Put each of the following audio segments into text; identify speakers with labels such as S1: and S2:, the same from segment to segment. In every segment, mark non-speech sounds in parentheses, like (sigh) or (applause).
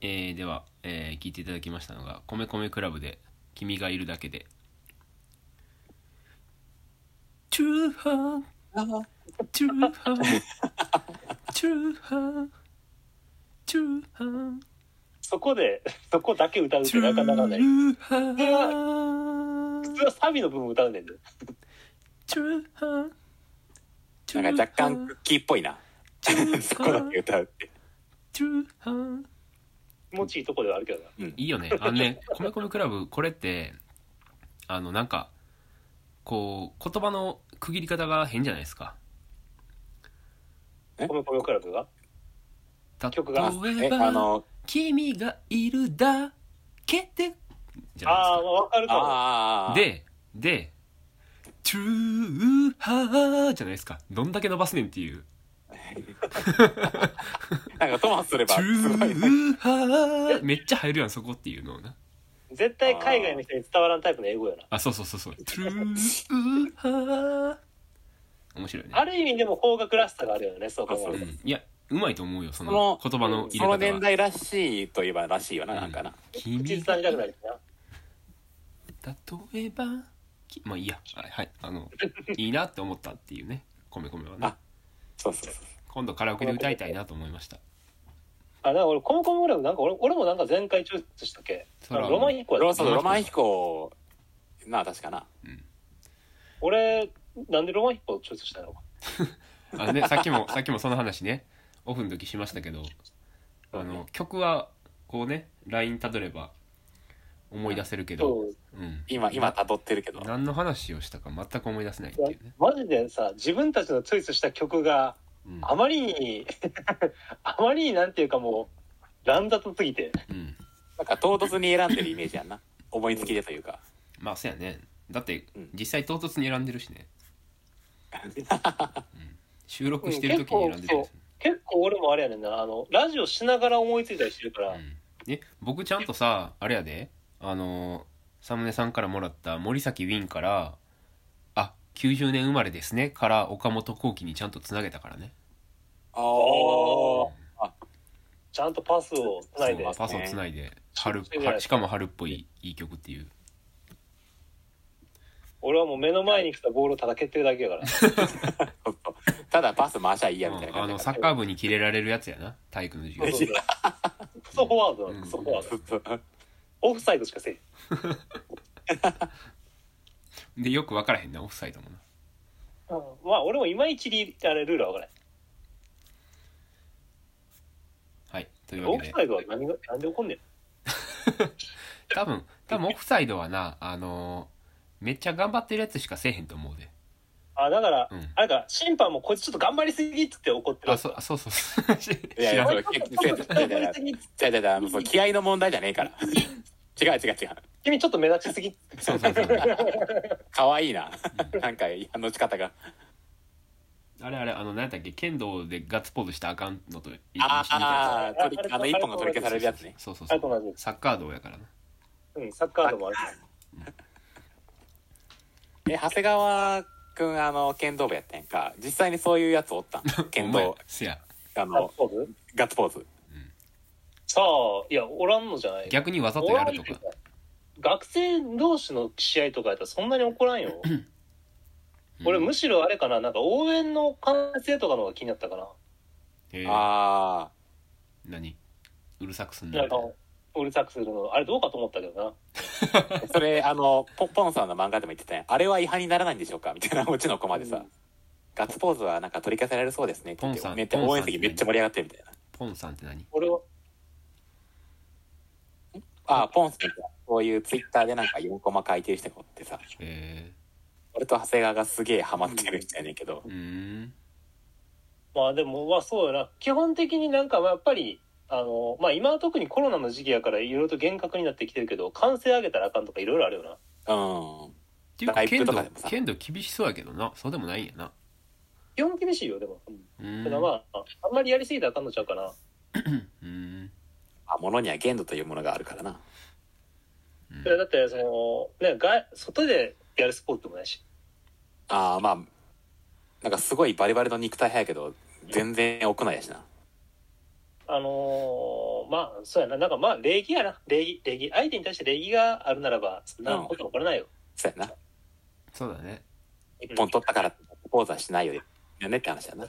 S1: えーでは、えー聞いていただきましたのが「米米クラブ」で「君がいるだけで」「チューハーチューハーチューハーチューハー
S2: そこで、 (laughs) そこだけ歌うっ
S1: チ
S2: て
S1: ュ
S2: なかなかない。普
S1: ーハー
S2: 通はサビの部分歌うねんで。
S1: チューハーチューハ
S3: な
S1: ー
S3: んか若干クッキーっぽいな
S1: チュー
S3: そ
S1: ハ
S3: こだけ
S1: ー
S3: 歌うって
S1: チューハー
S2: 気持ちいいとこではあるけどな。
S1: いいよね。あの
S3: (laughs)
S1: ね、米米クラブ、これって、あの、なんか、こう、言葉の区切り方が変じゃないですか。
S3: え
S2: 米米クラブが。
S1: 例
S2: 曲
S3: あ
S2: が
S1: え
S3: えあ
S1: ば、
S3: の
S1: 君がいるだけで、じゃな
S2: ああ、
S1: いで
S2: わかる
S3: あ
S2: かも。
S3: ああああ
S1: すか。で、で、トゥーハーじゃないですか。どんだけ伸ばすねんっていう。
S3: なんかトマスすれば
S1: ト
S3: す
S1: ゥ
S3: ごい
S1: ーハーめっちゃ入るやん、そこっていうのをな。
S2: 絶対海外の人に伝わらんタイプの英語やな。
S1: あ、そうそうそうそう。トゥーハー面白いね。
S2: ある意味でも邦楽らしさがあるよね、そう考える
S1: う
S2: と。
S1: んいや、うまいと思うよ、そ
S3: そ
S1: の
S3: の
S1: 言葉の入
S3: その
S1: れ
S3: 年
S1: 方が。
S3: 代らしいといえばらしいよななんかな
S2: 口
S1: 君
S2: ずさみたくなるしな。
S1: 例えば、きまあいいや、はい、はい、あの、いいなって思ったっていうね、コメコメはね
S3: あ。そうそうそう
S1: 今度カラオケで歌いたいなと思いました。
S2: あ、なんか俺、コムコムクラブなんか俺俺もなんか前回抽出したっけ
S1: そ
S2: あ
S1: ら
S2: のロマン1個や
S3: ロ
S2: っ
S3: ー
S2: た。
S3: ソンのロマン飛行なあ確かな
S2: 俺、なんでロマン1個抽出したの
S1: あのね、さっきも、 (laughs) さっきもその話ね、オフの時しましたけど、あの、曲は、こうね、LINE たどれば思い出せるけど、
S2: そう。
S1: うん。
S3: 今今辿ってるけど
S1: 何の話をしたか全く思い出せないっていうね。
S2: マジでさ、自分たちのチョイスした曲が
S1: うん。
S2: あまりに、 (laughs) あまりになんていうかもう、乱雑すぎて。
S1: うん。
S3: なんか唐突に選んでるイメージやんな思いつきでというか
S1: まあ、そうやね。だって
S3: うん、
S1: 実際唐突に選んでるし
S3: (laughs)
S1: ね。収録してる時に選んでたりする。
S2: 結構俺もあれやねんなあのラジオしながら思いついたりしてるから、
S1: うん、え僕ちゃんとさあれやであのサムネさんからもらった森崎ウィンから「あ90年生まれですね」から岡本幸輝にちゃんとつなげたからね
S3: あ
S2: ー
S3: あ
S2: ちゃんとパスをつないで
S1: そうパスをつないで春はしかも春っぽいいい曲っていう
S2: 俺はもう目の前に来たボールをただ蹴ってるだけやから
S3: ただパス回しゃいいやみたいな
S1: うんあ
S3: 感
S1: の
S3: じ
S1: サッカー部にキレられるやつやな体育の授
S3: (laughs)
S2: そ
S1: 業
S2: うそうそうクソフォワード
S1: う
S2: だ
S1: ん
S2: クソフォワード
S3: そうそうそう
S2: オフサイドしかせえへん
S1: でよく分からへんなオフサイドもな
S2: まあ俺もいまいちリあれルールは分から
S1: はいという
S2: ないオ
S1: わ
S2: フ
S1: けで
S2: サイドは何が何で怒んねん
S1: 多分多分オフサイドはなあのめっちゃ頑張ってるやつしかせえへんと思うで
S2: あだから、
S1: うん
S2: あれか審判もこいつちょっと頑張りすぎっつって怒ってる
S1: あそあそうそうそう知
S3: いやい
S1: ら
S3: や
S1: ん
S3: それ結構違う違う違う違う違う違うあのそう気合の問題じゃねえから違う違う違う
S2: 君ちょっと目立ちすぎ
S1: そうそうそう
S3: 可愛いななんか反応し方が
S1: あれあれ、あの、何やったっけ、剣道でガッツポーズしたらあかんのと一緒に
S3: あ
S1: みたいな
S3: ああ取りあの一本が取り消されるやつね
S1: そうそう
S2: あ
S1: そ
S2: れと同
S1: う。
S2: じです
S1: サッカー道やからな。
S2: うんサッカーでもある
S3: え長谷川くんあの剣道部やってんか実際にそういうやつお
S1: (laughs)
S3: ったん剣
S1: お前
S3: 道
S1: せや。
S3: あ
S2: ガッ
S3: の
S2: ツポーズ
S3: ガッツポーズ
S2: さあいやおらんのじゃない
S1: 逆にわざとやるとか。
S2: 学生同士の試合とかやったらそんなに怒らんよ俺
S1: うん
S2: むしろあれかななんか応援の歓声とかの方が気になったかな、
S1: へえ
S3: あ
S1: 何うるさくすん
S2: な
S1: なん
S2: か。うるさくするのあれどうかと思ったけどな
S3: あそれあのポッポンさんの漫画でも言ってたんやあれは違反にならないんでしょうかみたいなうちの子までさ、
S2: うん
S3: ガッツポーズはなんか取り消されるそうですねって言って
S1: ポンさん
S3: めっちゃ
S1: ポンさん
S3: 応援席めっちゃ盛り上がってるみたいな
S1: ポンさんって何
S2: 俺は
S3: ああポンさんってこういうツイッターでなんか4コマ書いてる人がおってさ
S1: え
S3: 俺と長谷川がすげえハマってる人やねんけど
S1: ー、うーん。
S2: まあでもまあそうやな基本的になんかまあやっぱりあのまあ今は特にコロナの時期やからいろいろと厳格になってきてるけど歓声上げたらあかんとかいろいろあるよな
S3: うん
S1: っていうか、
S3: ライブ
S1: 剣
S3: と
S1: 道
S3: かでも、さ
S1: 剣道厳しそうやけどな。そうでもないんやな。
S2: 基本厳しいよでも、
S1: うーん。
S2: ただまああんまりやりすぎたらあかんのちゃうかな
S1: うーん。
S3: あ物には限度というものがあるからな
S1: うん
S2: いやだってそのね外外でやるスポーツでもないし
S3: ああまあなんかすごいバリバリの肉体派やけど全然屋内やしな
S2: あのーまあ、そうやな。なんかまあ、礼儀やな。礼儀、礼儀。相手に対して礼儀があるならば、そんなことは起こらないよ。
S3: そうやな。
S1: そうだね
S3: 一本取ったから、ポーズはしないよねって話やな。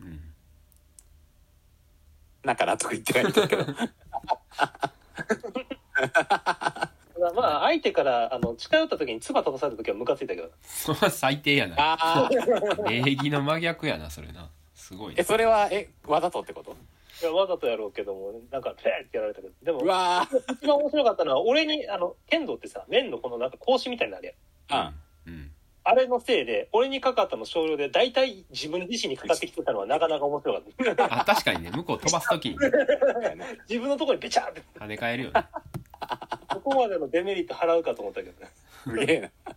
S1: うん
S3: なんか納得いってないんだけど。
S2: ただまあ、相手から、あの、近寄った時に唾飛ばされた時はムカついたけど。
S1: それは最低やな
S3: ああ。
S1: 礼儀の真逆やなそれなすごい
S3: (laughs) え、
S1: な
S3: それは、え、わざとってこと
S2: いやわざとやろうけども、なんか、ペーってやられたけど。でも
S3: う、わ
S2: 一番面白かったのは、俺に、あの、剣道ってさ、面のこのなんか格子みたいなのあれやん。
S3: ー。うん。
S1: うん
S2: あれのせいで、俺にかかったの少量で、大体自分自身にかかってきてたのはなかなか面白かった。
S1: あ確かにね向こう飛ばす時にね
S3: だよね
S2: 自分のところにベチャーって、
S1: 跳ね返るよね
S2: ここまでのデメリット払うかと思ったけどね。
S3: すげえな。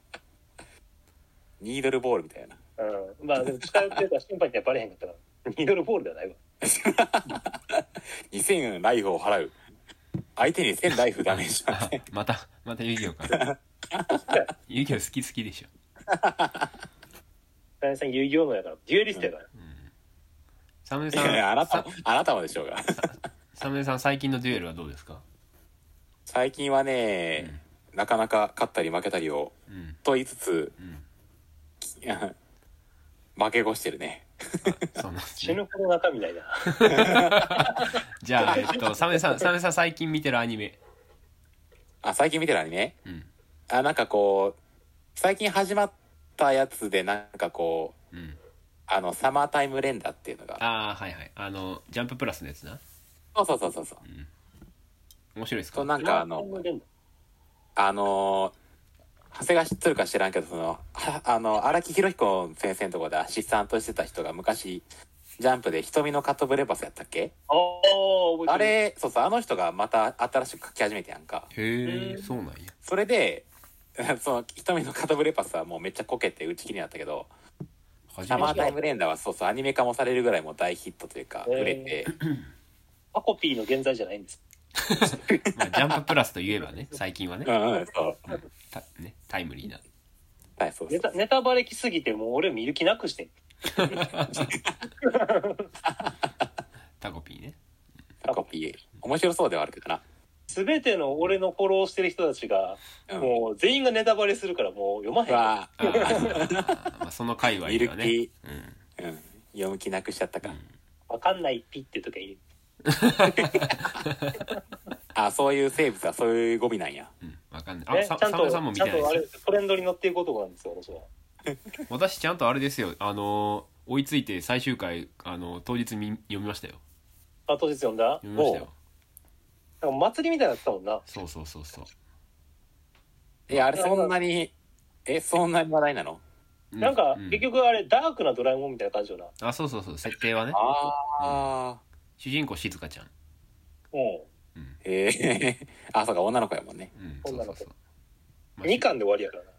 S3: ニードルボールみたいな。
S2: うん。まあ、でも近寄ってた審判にはバレへんかったから。ミドルボールではないわ。
S3: 2000ライフを払う。相手に1000ライフダメージだ
S1: あ
S3: ね。
S1: またまた遊戯王か遊戯王好き好きでしょ、
S2: 大谷さん遊戯王のやから、デュエリストやから。
S1: うん、サムネ
S3: い
S1: さ
S3: やい (laughs) やあ
S1: ん
S3: な
S1: さ
S3: たも、あなたもでしょうが。
S1: サムネさん最近のデュエルはどうですか
S3: 最近はね、なかなか勝ったり負けたりを、
S1: うん
S3: と言いつつ、
S1: うん
S3: いや (laughs) 負け越してるね。
S1: そうなんです
S2: 死
S1: ね
S2: ぬほど中身ないな。
S1: じゃあえっとサムネさんサムネさん最近見てるアニメ
S3: あ、最近見てるアニメ
S1: うん
S3: あ、なんかこう、最近始まったやつで、なんかこう、
S1: うん
S3: あの、サマータイム連打っていうのが。
S1: ああはいはいあのジャンププラスのやつな
S3: そうそうそうそうそう。
S1: 面白いです
S3: そ
S1: か
S3: うなんかあの、あのー長谷川知ってるか知らんけど、その、はあの、荒木博彦先生のところでアシスタントしてた人が昔、ジャンプで瞳のカットブレバスやったっけ
S2: ああ、覚
S3: あ
S2: えてる。
S3: れ、そうそう、あの人がまた新しく書き始めてやんか。
S1: へえ
S2: うん
S1: そうなんや
S3: それで、 (laughs) その、瞳のカットブレバスはもうめっちゃこけて打ち切りになったけど、
S1: 初
S3: サマ
S1: め
S3: ー
S1: て
S3: タイムレンダーはそうそう、アニメ化もされるぐらいもう大ヒットというか、
S2: へー
S3: 売れて、
S1: (laughs)
S2: パコピーの現在じゃないんです。
S1: まあジャンププラスといえばね最近はね
S3: うんうん、そう。
S1: たねタイムリーな
S3: はい、そうそ
S2: ネ
S3: う
S2: タネタバレきすぎて、もう俺見る気なくしてん。
S1: タコピ
S2: (laughs)
S1: ーね
S3: タコピー。面白そうではあるけどな。
S2: すべての俺のフォローしてる人たちが、
S3: うん。
S2: もう全員がネタバレするからもう読ま
S3: う
S2: へん。
S3: わ
S1: あーまあその界隈では
S3: ミル
S1: ね
S3: キ
S1: うん
S3: ーうん。読む気なくしちゃったか。
S2: わかんないピってとか言う。
S3: あ、そういう生物はそういうゴミなんや。
S1: うんわかんないあ
S2: ね、
S1: さ
S2: ちゃん
S1: サメ
S2: と、ち
S1: さ
S2: ゃ
S1: ん
S2: ん
S1: も見てないで
S2: とあ
S1: す
S2: れ
S1: よ
S2: ですトレンドに乗っていこうとかなんですよ、私は。
S1: 私ちゃんとあれですよあのー追いついて最終回あのー当日み読みましたよ
S2: あ、当日読んだ
S1: 読みましたよ
S2: なんか祭りみたいになってたもんな。
S1: そうそうそうそう
S3: いや、あれそんなに、え、そんなに話題なの
S1: う
S2: なんか
S1: う、
S2: 結局あれ、ダークなドラえもんみたいな感じよな。
S1: あそうそうそう設定はね
S3: ああ、
S1: 主人公静香ちゃん
S2: うん。
S1: うん
S3: ええ (laughs) あ、そうか、女の子やもんね。
S1: うんそ
S2: 女
S1: うそ
S2: の
S1: う
S2: 子
S1: そうまあ
S2: 2巻で終わりやからな。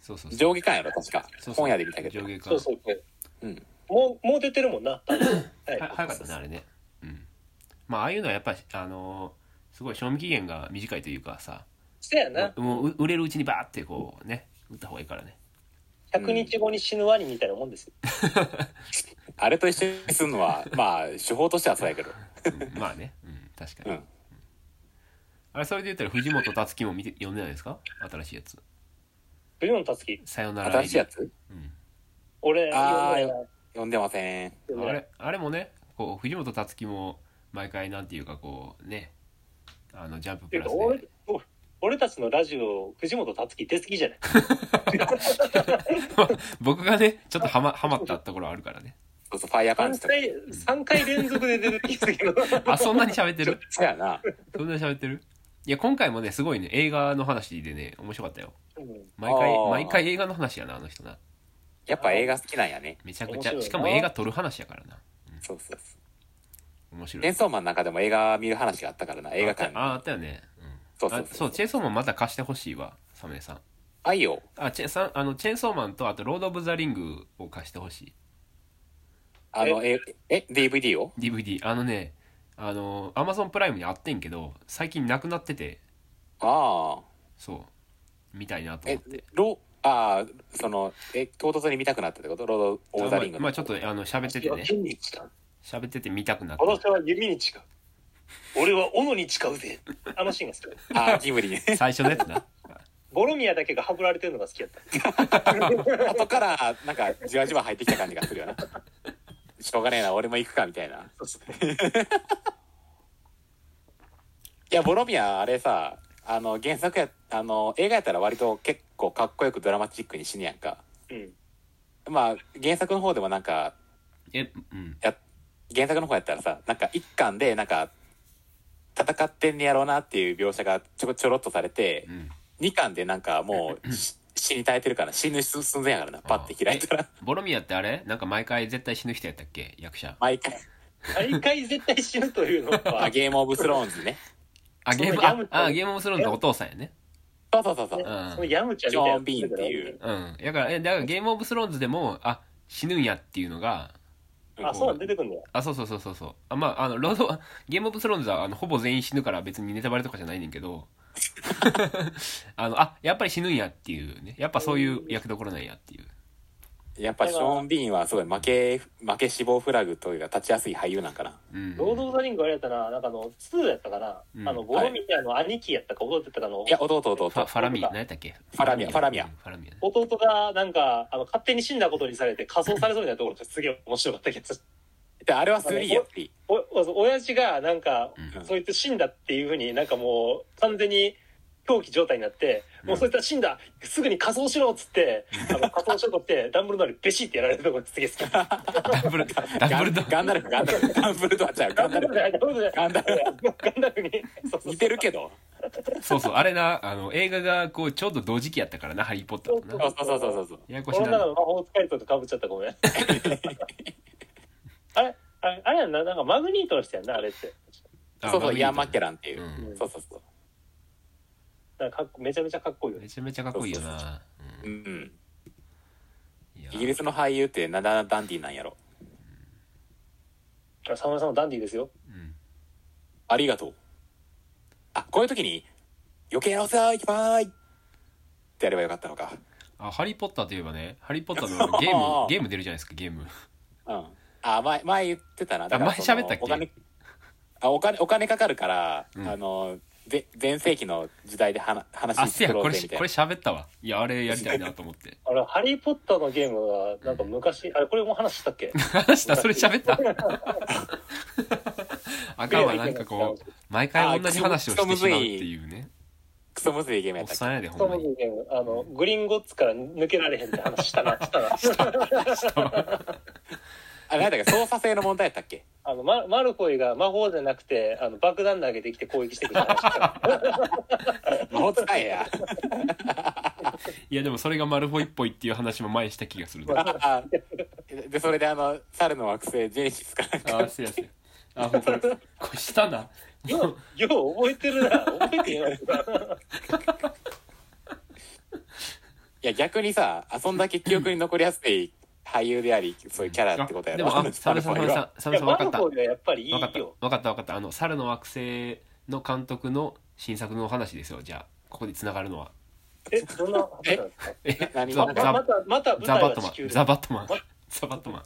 S1: そうそうそう
S3: 上下巻やろ、確か。
S1: そうそう
S3: 本屋で見たけど。
S1: 上下
S2: そう
S1: 巻
S2: そう。
S3: うん。
S2: もう、もう出てる
S1: (coughs)
S2: もんな。多分はい。
S1: は早かったねあれねうんまあああいうのはやっぱりあのーすごい賞味期限が短いというかさ
S2: そやな。
S1: もうう売れるうちにバーってこうね打った方がいいからね
S2: 100日後に死ぬワニみたいなもんですよ。
S3: あれと一緒にすんのは、まあ、手法としてはそうやけど。
S1: うんまあねうん確かに、
S3: うん
S1: あれそれで言ったら藤本辰樹も見て読んでないですか新しいやつ
S2: 冬のたつき
S1: 「さよなら
S3: 新しいや
S1: つ、
S3: つ
S1: うん
S2: 俺、
S3: あー
S2: 読んだよ
S3: 読んでません。
S2: な
S1: あれあれもねこう藤本辰樹も毎回なんていうかこうねあのジャンプ
S2: て
S1: プ
S2: いう
S1: ラ
S2: か
S1: ス
S2: 俺
S1: で
S2: 俺俺たちのラジオ藤本辰樹出過ぎじゃない
S1: 僕がねちょっとはまはまったところあるから
S3: (laughs)
S1: ね
S3: そうそう、ファイヤーパンチ
S2: 3
S3: とか。
S2: 回三回連続で出てきすぎる
S1: あそんなに喋ってる
S3: そうやな。
S1: そんなに喋ってるいや今回もねすごいね映画の話でね面白かったよ
S2: うん
S1: 毎回
S3: あー
S1: 毎回映画の話やなあの人な
S3: やっぱ映画好きなんやね。
S1: めちゃく
S2: 面
S1: ち
S2: 白い
S1: ゃ
S2: な
S1: しかも映画撮る話やからな
S3: そうそうそ
S1: 面白
S3: う。
S1: い
S3: レンソーマンの中でも映画見る話があったからな、映画館
S1: あああったよね、うん、
S3: そうそうそう
S1: あそうチェーンソーマンまた貸してほしいわサムネさん
S3: あいよ。
S1: あチェさんあのチェーンソーマンとあとロード・オブ・ザ・リングを貸してほし
S3: あの、え、え、DVD を
S1: い DVD あのねあのアマゾンプライムにあってんけど最近なくなってて
S3: ああ。
S1: そう見たいなと
S3: え
S1: 思って、
S3: ロ、ああ、その、え、唐突に見たくなったってことロード・オブ・ザ・リング
S1: まあ、まあちょっとあの喋っててね
S2: 筋肉した
S1: 喋ってて見たくなっ
S2: 私は弓に誓う俺は斧に誓うぜあのシーンが好きだった
S3: あージブリ
S1: た最初のやつな
S2: ボロミアだけがハブられてるのが好きやった
S3: (laughs) 後からなんかじわじわ入ってきた感じがするよな (laughs) しょうがねえな俺も行くかみたいないやボロミアあれさあの原作やあの映画やったら割と結構かっこよくドラマチックに死ぬやんか
S2: うん
S3: まあ原作の方でもなんか
S1: えうん
S3: 原作の方やったらさなんか一巻でなんか戦ってんねやろうなっていう描写がちょこちょろっとされて
S1: うん
S3: 2巻でなんかも (laughs) うし死に耐えてるから死ぬ寸寸前やからなパッて開いた (laughs) ら
S1: ボロミアってあれなんか毎回絶対死ぬ人やったっけ役者
S3: 毎回
S2: 毎回絶対死ぬというの
S3: あ
S1: (laughs)
S2: は
S3: ゲームオブスローンズね
S1: あ
S2: そ
S1: ゲ
S2: う
S1: ーム
S2: ヤムチャ
S1: ああゲームオブスローンズのお父さんやね
S3: そうそうそうそう
S2: ね
S1: うん
S2: そのヤムちゃん
S3: ジ
S2: みたいな
S3: ョン・ビーンっていう
S1: うんだからえだからゲームオブスローンズでもあ死ぬんやっていうのが
S2: あそうなん出てくんだよ
S1: あそうそうそうそうそうあまああのロードゲームオブスローンズはあのほぼ全員死ぬから別にネタバレとかじゃないねんけど (laughs) あのあやっぱり死ぬんやっていうねやっぱそういう役どころなんやっていう
S3: やっぱショーン・ビーンはすごい負け負け死亡フラグというか立ちやすい俳優なんかな
S1: うん
S2: ロード・オブ・ザ・リングあれやったななんかあの2やったかな、
S1: うん
S2: あのボロミアの兄貴やったか覚えてたかの
S3: いや弟弟
S1: ファファラミ
S2: そうか
S1: 何やったっけ
S3: ファラミアファラミア
S1: うんファラミアね
S2: 弟がなんかあの勝手に死んだことにされて仮装されそうになところがすげえ面白かったけど
S3: であれは3やって
S2: おお親父がなんか、
S1: うん
S2: そいつ死んだっていうふうになんかもう完全に狂気状態になって、もうそいつは死んだすぐに仮装しろっつって、あの仮装しろとってダンブルドアにベシってやられるところすげえ
S3: (laughs)
S2: 好きダ
S1: ダブル
S3: ガ
S1: ダブ
S3: ン
S1: ルド
S3: ガンダルフガンダルフガンブルドアちゃうガンダ
S2: ンブ
S3: ル
S2: ルド
S3: フ
S2: アダンブルドア
S3: ガンダル
S2: ガンダルにそうそうそう
S3: 似てるけど
S1: そうそうあれなあの映画がこうちょうど同時期やったからな「ハリー・ポッター」
S2: そ
S1: と
S2: う
S1: な
S2: そ
S3: そううそうそうそうそう
S1: ややこし
S2: こ
S1: い
S2: の中
S1: な
S2: の魔法使いとかぶっちゃった
S1: (laughs)
S2: ごめんあれあれあれやんななんかマグニートの人やんなあれって
S1: あ
S3: そ
S1: マ
S3: うそう
S1: グニート
S3: イアン・マッケランっていう、
S1: うん
S3: そうそうそう
S2: なんかかっこめちゃめちゃかっこいいよね
S1: めちゃめちゃかっこいいよな
S3: う
S1: うん
S3: ん
S1: いや
S3: イギリスの俳優ってなだなダンディなんやろ
S2: あ沢村さんもダンディーですよ
S1: うん
S3: ありがとうあこういう時に「余計なお世話いっぱい!」ってやればよかったのか
S1: あハリー・ポッターといえばねハリー・ポッターのゲームゲーム出るじゃないですかゲーム
S3: うんあ前前言ってたなだから
S1: 前
S3: その
S1: 喋ったっけ
S3: お金あお金お金かかるから、
S1: うん
S3: あのぜ全盛期の時代で話話
S1: あせや
S3: 作ろ
S1: こ
S3: う
S1: れ
S3: ぜ
S1: し
S3: みたい
S1: これ
S3: な
S1: 喋ったわいやあれやりたいなと思って
S2: あれハリー・ポッターのゲームはなんか昔、あれこれも話したっけ
S1: 話したそれ喋った (laughs) あかんわなんかこう毎回同じ話をしてしまうっていうね
S3: クソむずいゲームや
S1: お
S3: っ
S1: った
S3: っ
S1: さんやでほ
S2: そ
S1: んま
S2: の
S1: に
S2: ゲームあのグリンゴッツから抜けられへんって話し
S1: (laughs)
S2: たなしたな
S3: けあれなんだっけ操作性の問題やったっ
S1: (laughs)
S3: け
S2: あのママルフォイが魔法じゃなくてあの爆弾投げてきて攻撃してくる
S1: (laughs)
S2: 話したな
S3: もう使えや (laughs)
S1: いやでもそれがマルフォイっぽいっていう話も前にした気がする
S3: (laughs)
S1: な
S3: あでそれであの猿の惑星ジェネシスかなんか
S1: あすいませんあもうこれこれしたな
S2: ようよう覚えてるな覚えて
S1: (laughs)
S2: ない
S3: いや逆にさあそんだけ記憶に残りやすい俳優でありそういうキャラってことや
S1: で
S3: ろ
S1: も
S3: あ
S1: あ
S3: の
S1: サムさん
S3: あ
S1: サ
S3: の
S1: ムさんサムさん
S2: マ
S1: 分
S2: ル
S1: か
S2: フ
S1: った
S2: ォイがやっぱりいい
S1: 分かった
S2: よ
S1: 分かった分かったあの猿の惑星の監督の新作のお話ですよじゃあここで繋がるのは
S2: えどんな話なんですか
S1: え
S3: 何
S1: ザ
S3: ま
S2: まま
S1: ザ
S2: たまた舞
S1: ザバ
S2: 台
S1: ッ
S2: は
S1: トマ
S2: 地球
S1: ン
S2: で
S1: ザバットマンザバットマン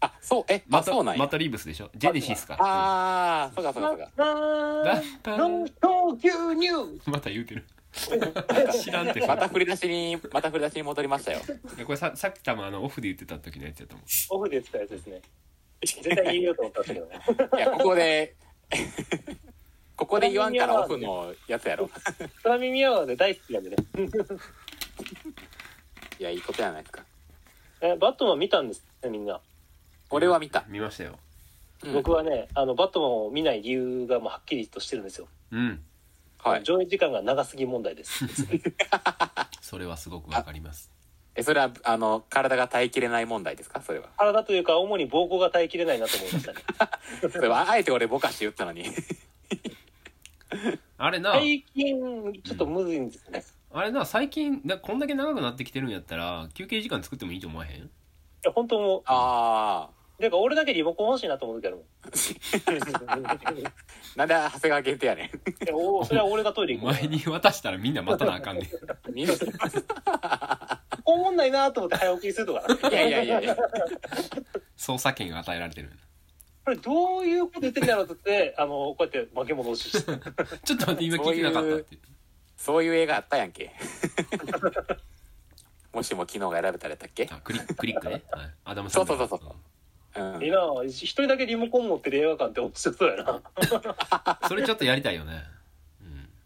S3: あそうえ
S1: マ
S3: あそうなん
S1: ト
S3: や
S1: マトリーブスでしょジェネシスか
S3: ああそうかそうかそうか
S1: うん
S2: な
S1: だ
S2: ん
S1: だ
S2: ノン東京ニュー
S1: (laughs) また言うてる知らんって
S3: また振り出しにまた振り出しに戻りましたよ
S1: いやこれささっき多分あのオフで言ってた時のやつやと思う
S2: オフで言ってたやつですね絶対言うよと思ったんで
S1: (laughs)
S2: すけどね
S3: いやここで (laughs) ここで言わんからオフのやつやろ
S2: 空耳アワーで大好きなんでね
S3: いやいいことやないですか
S2: えバットマン見たんですねみんな、
S3: 俺は見た、
S1: 見ましたよ
S3: うん
S2: 僕はねあのバットマンを見ない理由がもうはっきりとしてるんですよ、
S1: うん
S3: はい
S2: 上映時間が長すぎ問題です
S1: (laughs) それはすごくわかります
S3: えそれはあの体が耐えきれない問題ですかそれは
S2: 体というか主に膀胱が耐えきれないなと思い
S1: (laughs)
S2: ましたね
S3: それはあえて俺ぼかして言ったのに (laughs)
S1: あれな
S2: 最近ちょっとむずいんですね、
S1: あれな最近なこんだけ長くなってきてるんやったら休憩時間作ってもいいと思わへん
S2: いや本当も
S3: ああ
S2: うだから俺だけリモコン欲しいなと思うけども
S1: (laughs)
S2: (laughs)
S3: なんで長谷川限定やねん
S2: いやおそれは俺がトイレ
S1: お
S2: 行く
S1: 前に渡したらみんな待たなあか
S3: (laughs)
S1: んねん
S3: 見る
S2: おもんないなと思って早送りするとか
S3: いやいやいやいや
S1: 捜査権が与えられてる
S2: これどういうこと言ってんだろうって言って、あの、こうやって化け物をしてた。
S1: ちょっと待って今聞いてなかったって
S3: そういう映画あったやんけ (laughs) もしも昨日が選べたらやったっけ
S1: あクリッククリックね、はい、アダムさん
S3: そうそうそううん
S2: いいなぁ一人だけリモコン持ってる映画館って面白そうやな。
S1: それちょっとやりたいよね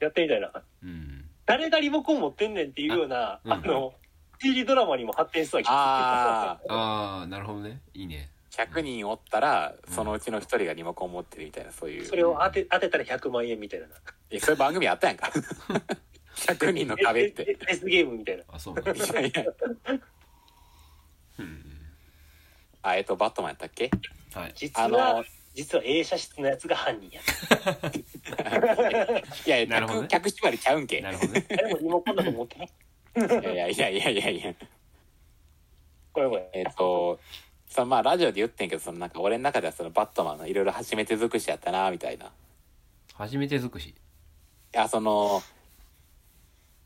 S2: やってみたいな。
S1: うん、うん、
S2: 誰がリモコン持ってんねんっていうような、
S1: うん
S2: あの、TV ドラマにも発展しそうな気が
S3: あ
S1: ああなるほどねいいね
S3: あ100人おったらそのうちの1人がリモコン持ってるみたいなそうい
S2: す
S3: う
S2: るそれを当て、当てたら100万円みたいな。
S3: えそういう番組あったや
S1: (laughs)
S3: んか100人の壁
S2: え
S3: って
S2: えデスゲームみたいな。
S1: あそうなんだ
S3: いやいや
S1: うん
S3: あえっとバットマンやったっけ
S1: はい
S3: (laughs)
S2: 実
S3: あの
S2: は、実は A 社室のやつが犯人や。
S3: いやい
S1: な
S3: や
S1: るほど
S3: 客
S1: ね
S3: 客縛りちゃうんけい
S1: なるほどね
S2: 誰もリモコンだと思ってない。
S3: やいやいやいやいや
S2: これこれ。
S3: えっ、とそのまあラジオで言ってんけどそのなんか俺の中ではそのバットマンのいろいろ初めて尽くしやったなみたいない
S1: 初めて尽くし
S3: やその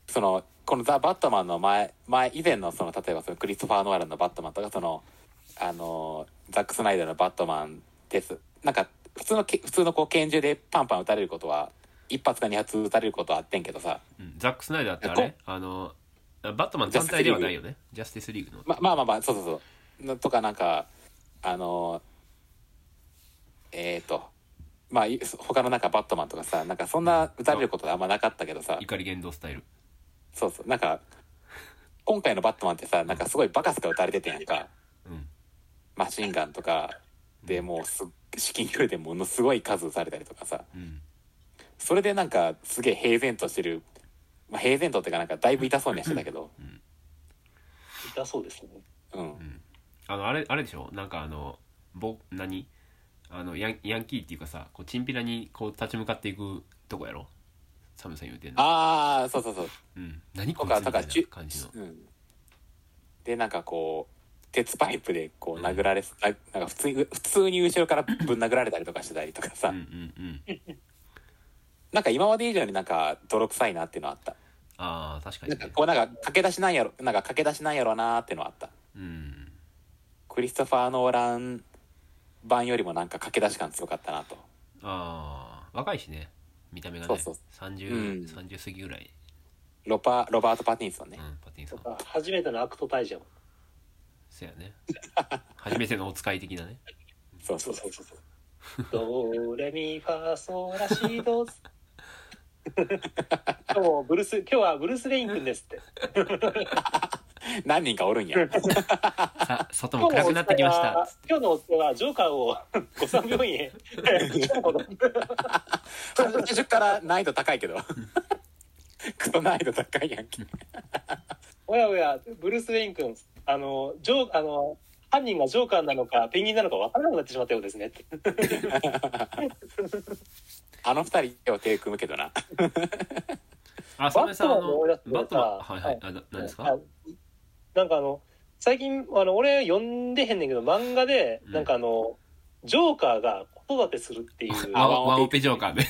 S3: そのこの「ザ・バットマン」の前前以前のその例えばそのクリストファー・ノアランの「バットマン」とかそのあのザック・スナイダーの「バットマン」ですなんか普通のけ普通のこう拳銃でパンパン撃たれることは一発か二発撃たれることはあってんけどさ
S1: うんザック・スナイダーってあれあのバットマン単体ではないよねジャスティスリーグの
S3: ままあまあまあそうそうそうのとかなんかあのえっ、とまあい他のなんかバットマンとかさなんかそんな打たれることあんまなかったけどさ
S1: 怒り言動スタイル
S3: そうそうなんか今回のバットマンってさなんかすごいバカスカ打たれててんやんか
S1: うん
S3: マシンガンとかでもうす至近距離でものすごい数打たれたりとかさ
S1: うん
S3: それでなんかすげえ平然としてる、まあ、平然とっていうかなんかだいぶ痛そうにはしてたけど
S2: 痛そうですね。
S3: うん、
S1: あのあれあれでしょなんかあのぼ何あのヤンヤンキーっていうかさこうチンピラにこう立ち向かっていくとこやろサムさん言うてんの
S3: ああそうそうそう
S1: うん何
S3: と
S1: こいつ
S3: かだ
S1: み
S3: か
S1: た
S3: ら
S1: い
S3: じゅ
S1: な感じの
S3: うん、でなんかこう鉄パイプでこう殴られ、ななんか普通に普通に後ろからぶん殴られたりとかしてたりとかさ、
S1: うんうんうん
S3: なんか今まで以上になんか泥臭いなっていうのはあった
S1: ああ確か
S3: な
S1: に
S3: んか
S1: ね
S3: こうなんか駆け出しなんやろなんか駆け出しなんやろなーっていうのはあった
S1: うん
S3: クリストファー・ノーラン版よりもなんか駆け出し感強かったなと
S1: ああ若いしね見た目が
S3: そ
S1: ね
S3: うそううん
S1: 3030過ぎぐらい
S3: ロパロバート・パティンソンね
S1: う、んパティンさ
S2: と
S1: ん
S2: か、初めてのアクト退治やもん。
S1: せやね初めてのお使い的なね
S3: そうそうそう
S2: そうそう。ドレミファソラシド。今日もブルース、今日はブルースレイン君ですって。
S3: 何人かおるんや
S1: さ外
S2: 今
S1: も暗く
S2: 日のお使
S1: なって
S2: い
S1: きました
S2: は、今日のお使いはジョーカ
S1: (laughs)
S2: ーを五三病院へ。
S3: 最初から難易度高いけどクソ難易度高いやんけ
S2: おやおや、ブルースレイン君、あの、ジョー、あの。犯人がジョーカーなのかペンギンなのか分からなくなってしまったようですねって。
S3: あの二人手を手組むけどな
S1: あサムさんあ
S2: バットマンの
S1: の
S2: 思い出す
S1: バットマン
S2: さ
S1: はいは
S2: はい
S1: いあな何です
S2: あ
S1: か
S2: なんかあの最近あの俺読んでへんねんけど漫画で、
S1: うん
S2: なんかあのジョーカーが子育てするっていう
S1: あ
S2: あ
S1: ワワンオペジョーカーね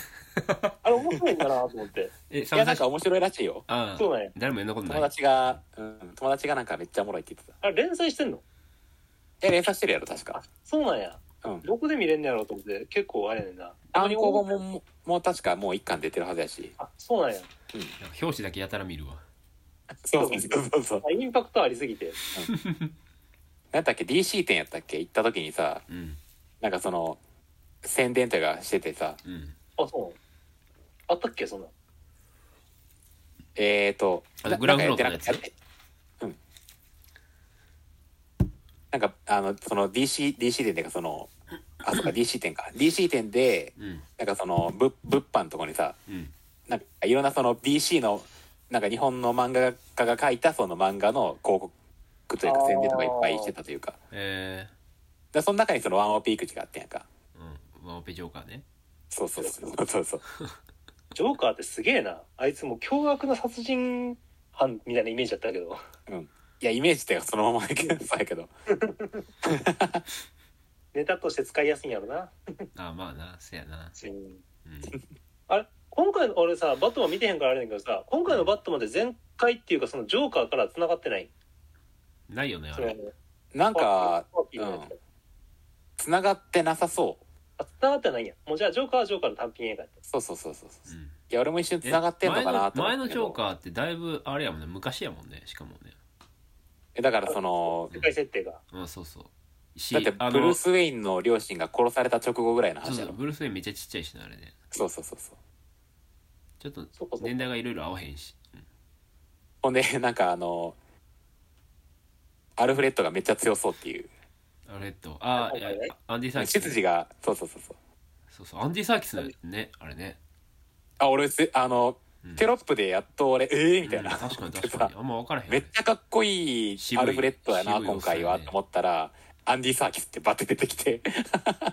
S2: れ面白いんだなと思って
S1: え
S3: い
S1: サム
S3: や
S1: さ
S3: なんんか面白いらしいよ
S1: あ
S2: (laughs) そうなんや
S1: あ誰もやんなことな
S3: 友
S1: い
S3: 達が、うん、友達がなんかめっちゃおもろいって言ってた
S2: あれ連載してんの
S3: え連鎖してるやろ確
S2: あ
S3: か
S2: そうなんや
S3: うん
S2: どこで見れんのやろうと思って結構あれやねんな
S3: 単行本もももう確かもう一巻出てるはずやし
S2: あそうなん
S1: な
S2: や
S1: んか表紙だけやたら見るわ
S3: そうそうそうそう
S2: あインパクトありすぎて
S3: なんだっけ DC 店やったっけ行った時にさ
S1: うん
S3: なんかその宣伝とかしててさ
S1: うん
S2: あそうあったっけそんなん
S3: えーと
S1: あの
S3: な
S1: グラウンドロックの
S3: な
S1: や
S3: んか
S1: つ
S3: やってなかったうんなんかあのその DC, DC 店っていうかそのあそうか DC 店か DC 店で
S1: うん
S3: なんかその物物販のとこにさ
S1: うん
S3: なんかいろんなその DC のなんか日本の漫画家が描いたその漫画の広告というか宣伝とかいっぱいしてたというかだか
S1: え
S3: らその中にそのワンオペ育児があってんやんか
S1: ーうんワンオペジョーカーね
S3: そうそうそうそうそう
S2: ジョーカーってすげえなあいつもう凶悪な殺人犯みたいなイメージだったけど (laughs)
S3: うんいやイメージってそのままいけどそうやけど
S2: ネタとして使いやすいんやろな
S1: あまあなせやな
S2: うん
S1: うん
S2: あれ今回の俺さバットマン見てへんからあれだけどさ今回のバットマンって前回っていうかそのジョーカーから繋がってない
S1: ないよねあ
S2: その
S1: れ
S3: なんか
S2: パーティーのやつ
S3: つながってなさそう
S2: あ繋がってはないんやもうじゃあジョーカーはジョーカーの単品映画やって
S3: そうそうそうそうそう、
S1: う
S3: い
S1: ん
S3: や俺も一瞬
S1: え
S3: 繋がってんのかなと思
S1: 前
S3: っ
S1: の前の
S3: たけ
S1: ジ
S3: ど
S1: ョーカーってだいぶあれやもんね昔やもんねしかもね
S3: えだからその
S2: 世界設定が
S1: うんそうそうし
S3: だって
S1: あの
S3: ブルース・ウェインの両親が殺された直後ぐらいの
S1: そう
S3: 話
S1: そ
S3: だ
S1: う
S3: ろ
S1: ブルース・ウェインめっちゃちっちゃいしなあれね
S3: そうそうそうそう
S1: ちょっと
S2: そうかそうか
S1: 年代がいろいろ合わへんしうん
S3: ほんでなんかあのアルフレッドがめっちゃ強そうっていう
S1: あれとあ
S2: あ
S1: いや
S2: お前ね
S1: アンディ・サーキ
S3: 執
S1: ス
S3: 事がそうそうそうそ
S1: そ
S3: う
S1: うそうアンディ・サーキスねあれね
S3: あ俺すあの、
S1: うん
S3: テロップでやっと俺ええー、みたいな、
S1: うん確かに確かにあんま分からへん
S3: めっちゃかっこいい
S1: 渋い
S3: アルフレッドやな
S1: 渋いお
S3: 今
S1: っさん
S3: 回
S1: やね
S3: はと思ったらアンディ・サーキスってバッて出てきて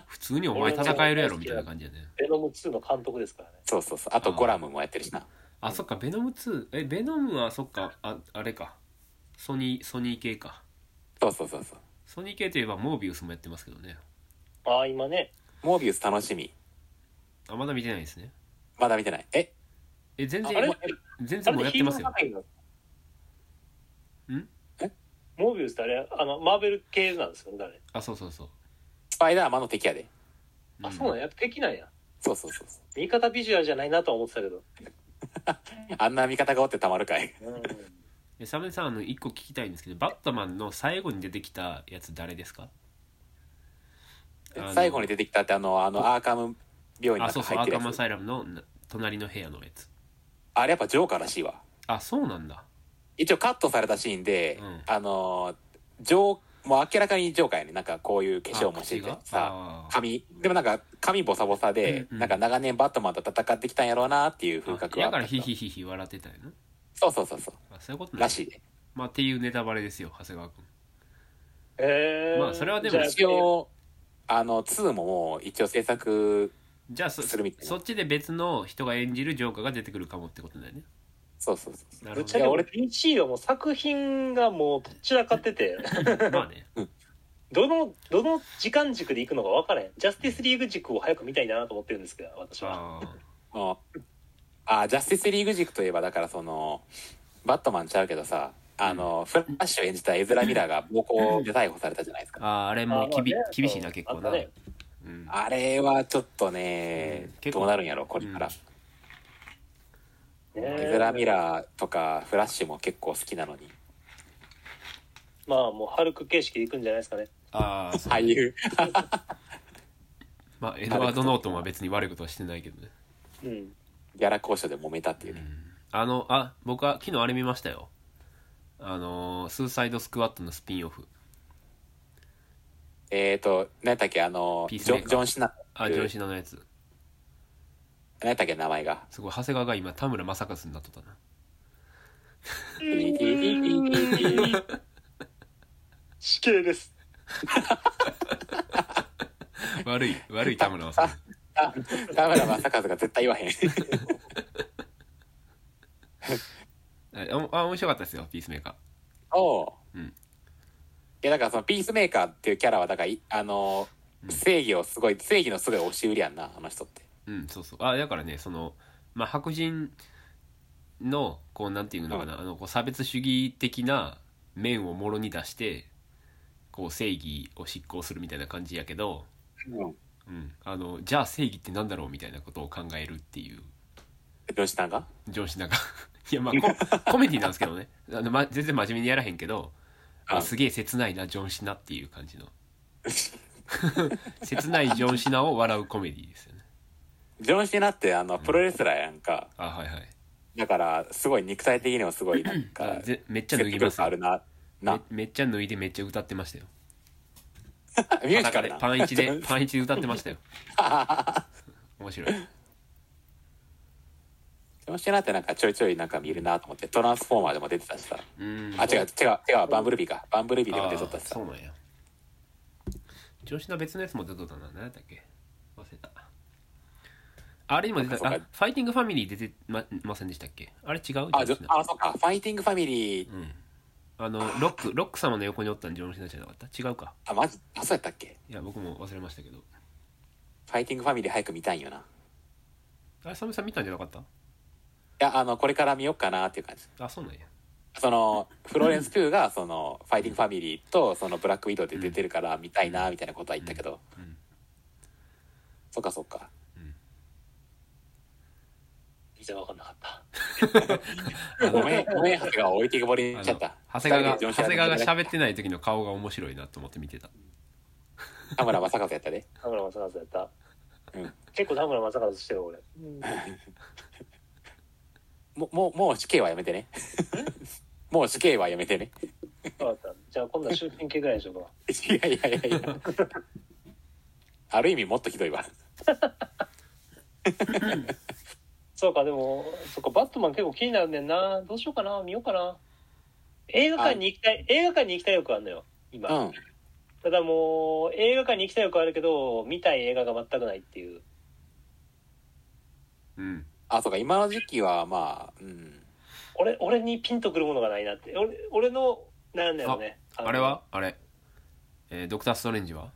S1: 普通にお前戦えるやろみたいな感じやね
S2: ベノム2の監督ですからね
S3: そうそうそうあと
S1: あー
S3: ゴラムもやってるしな
S1: あそっかベノム2えベノムはそっかああれかソニーソニー系か
S3: そうそうそうそう
S1: ソニー系といえばモービウスもやってますけどね
S2: ああ今ね
S3: モービウス楽しみ
S1: あまだ見てないですね
S3: まだ見てないえ
S1: え全
S2: あ
S1: 然
S2: れ
S1: もう全
S2: あ
S1: 然もう
S2: れ
S1: や
S2: で
S1: って
S2: ヒ
S1: ま
S2: ー
S1: す
S2: ローじ
S1: よ
S2: ゃないの
S1: ん
S3: え
S2: モービウスってあれあのマーベル系なんですよね誰
S1: あそうそうそう
S3: スパイダーマンの敵やで
S2: あそうなんややっぱ敵なんや
S3: そうそうそうそ
S2: 味方ビジュアルじゃないなとは思ってたけど
S3: うあんな味方がおってたまるかい
S1: えサメさんあの一個聞きたいんですけどバットマンの最後に出てきたやつ誰ですかあの
S3: 最後に出てきたってあのあのアーカム病院
S1: あ
S3: の
S1: そう
S3: 中
S1: そう
S3: 入
S1: ア
S3: って
S1: ーカ
S3: るや
S1: ムア
S3: つ
S1: サイラムのな隣の部屋のやつ
S3: あれやっぱジョーカーらしいわ
S1: あそうなんだ
S3: 一応カットされたシーンで、
S1: うん
S3: あのジョーもう明らかにジョーカーやねなんかこういう化粧もして
S1: あ口
S3: て
S1: が
S3: さ
S1: あー
S3: 髪でもなんか髪ボサボサで、
S1: うんうん
S3: なんか長年バットマンと戦ってきたんやろうなっていう風格はあ
S1: だ
S3: った
S1: からヒヒヒヒ笑ってたよな
S3: そうそうそうそう
S1: あそういうことね
S3: らしいで
S1: まあっていうネタバレですよ長谷川君
S2: え
S1: まあそれはでも
S3: 一応あの2ももう一応制作
S1: じゃあそ
S3: するみたいな
S1: そっちで別の人が演じるジョーカーが出てくるかもってことだよね
S3: そうそうそう
S1: な
S2: ぶっ
S1: る
S2: ちゃけ俺 DC はもう作品がもうどっちらかってて (laughs)
S1: ほどまあ
S3: (laughs)
S1: ね
S2: どのどの時間軸で行くのか分からへんジャスティスリーグ軸を早く見たいなと思ってるんですけど私は
S1: あ
S3: のあジャスティスリーグ軸といえばだからそのバットマンちゃうけどさあの、フラッシュを演じたエズラ・ミラーが暴行で逮捕されたじゃないです
S1: ーあ
S3: か、
S1: ーあれもきび
S2: あーまあね
S1: 厳しいな結構な、
S2: あったね
S1: うん、
S3: あれはちょっとね、
S1: うん結構
S3: どうなるんやろこれから、
S2: ね
S3: エズラ・ミラーとかフラッシュも結構好きなのに
S2: まあもうハルク形式で行くんじゃないですかね
S1: ああ
S3: 俳優
S1: まあエドワード・ノートンは別に悪いことはしてないけどね
S2: うん
S3: ギャラ交渉で揉めたっていうね、
S1: あのあ僕は昨日あれ見ましたよあのースーサイドスクワットのスピンオフ
S3: えっ、ー、と何やったっけあの
S1: ピ
S3: ジ
S1: ースメーカー
S3: ョンジョン・シナ
S1: あジョンシナのやつ
S3: 何やったっけ名前が
S1: すごい長谷川が今田村正和になっとったな
S2: 死刑です
S1: (laughs) 悪い悪い田村正和
S3: あ田村正和が絶対言わへん
S1: (laughs) えあおあ面白かったですよピースメーカー
S3: おう
S1: うん
S3: いやだからそのピースメーカーっていうキャラはだからいあのー正義をすごい正義のすごい押し売りやんなあの人って
S1: うんそうそうあだからねその、まあ、白人のこうなんていうのかな、あのこう差別主義的な面をもろに出してこう正義を執行するみたいな感じやけど、
S3: うん
S1: うん、あのじゃあ正義ってなんだろうみたいなことを考えるっていう
S3: 吉さんが
S1: 上司なんか (laughs) いやまあ
S3: (laughs)
S1: ココメディなんですけどねあの、ま、全然真面目にやらへんけどあ
S3: うん
S1: すげえ切ないなジョン・シナっていう感じ
S3: (laughs)
S1: の切ないジョン・シナを笑うコメディですよね
S3: ジョン・シナってあのプロレスラーやんか、
S1: あはいはい
S3: だからすごい肉体的にもすごいなん
S1: あ
S3: か
S1: ぜめっちゃ
S3: 説
S1: 脱ぎ
S3: 得
S1: ます
S3: 力
S1: よ
S3: あるなな
S1: めめっちゃ脱いでめっちゃ歌ってましたよ
S3: ミュージカル
S1: 裸でパ
S3: な
S1: ン一
S3: ジ
S1: で
S3: ョン
S1: パン一で歌ってま
S3: (laughs)
S1: したよ面白い
S3: ジョン・シナってなんかちょいちょいなんか見るなと思ってトランスフォーマーでも出てたしさ
S1: うん
S3: あ違う違う違うバンブルビーかバンブルビーでも出とったし
S1: あー
S3: さ
S1: そうなんや調子の別のやつも出とったな何だっけ忘れたあれ今出た
S3: そうか
S1: あファイティングファミリー出てまませんでしたっけあれ違う
S3: あ
S1: ジ
S3: じ
S1: ョンシ
S3: ょ
S1: ナ
S3: あそうかファイティングファミリー
S1: うんあのロックロック様の横におったんジョンシナじゃなかった違うか
S3: あマジあそうやったっけ
S1: いや僕も忘れましたけど
S3: ファイティングファミリー早く見たいんよな
S1: あれサムさん見たんじゃなかっ
S3: いや、あの、これから見よっかなっていう感じ。
S1: たあそうなんや
S3: その、フローレンス・ピューが、その、ファイティング・ファミリーと、その、ブラック・ウィドウで出てるから、見たいな、みたいなことは言ったけど、
S1: うん
S3: そっかそっか。
S2: 全然分かんなかった
S1: あ
S3: ご
S1: の
S3: めん、ごめん、長谷川置いてけぼりにしちゃった。
S1: 長谷川が
S3: 二
S1: 長
S3: 人で上司や
S1: 谷
S3: る
S1: 川
S3: ん
S1: が
S3: じゃない
S1: 喋ってない時の顔が面白いなと思って見てた
S3: 田村正和やったで。
S2: 田村正和やった
S3: うん
S2: 結構田村正和してる俺
S3: もう、もう、もう死刑はやめてね。もう死刑はやめてね。
S2: 分かったじゃあ今度は終点系ぐらいにしようか
S3: いやいやいやいや。ある意味もっとひどいわ。
S2: そうかでもそっかバットマン結構気になるねんなどうしようかな見ようかな映画館に行きたい映画館に行きたい欲あるのよ今、
S3: うん。
S2: ただもう映画館に行きたい欲あるけど見たい映画が全くないっていう
S1: うん
S3: あ、そうか、今の時期は、まあ、うん。
S2: 俺俺にピンとくるものがないなって俺俺のなんだよねの
S1: あれはあれえードクター・ストレンジは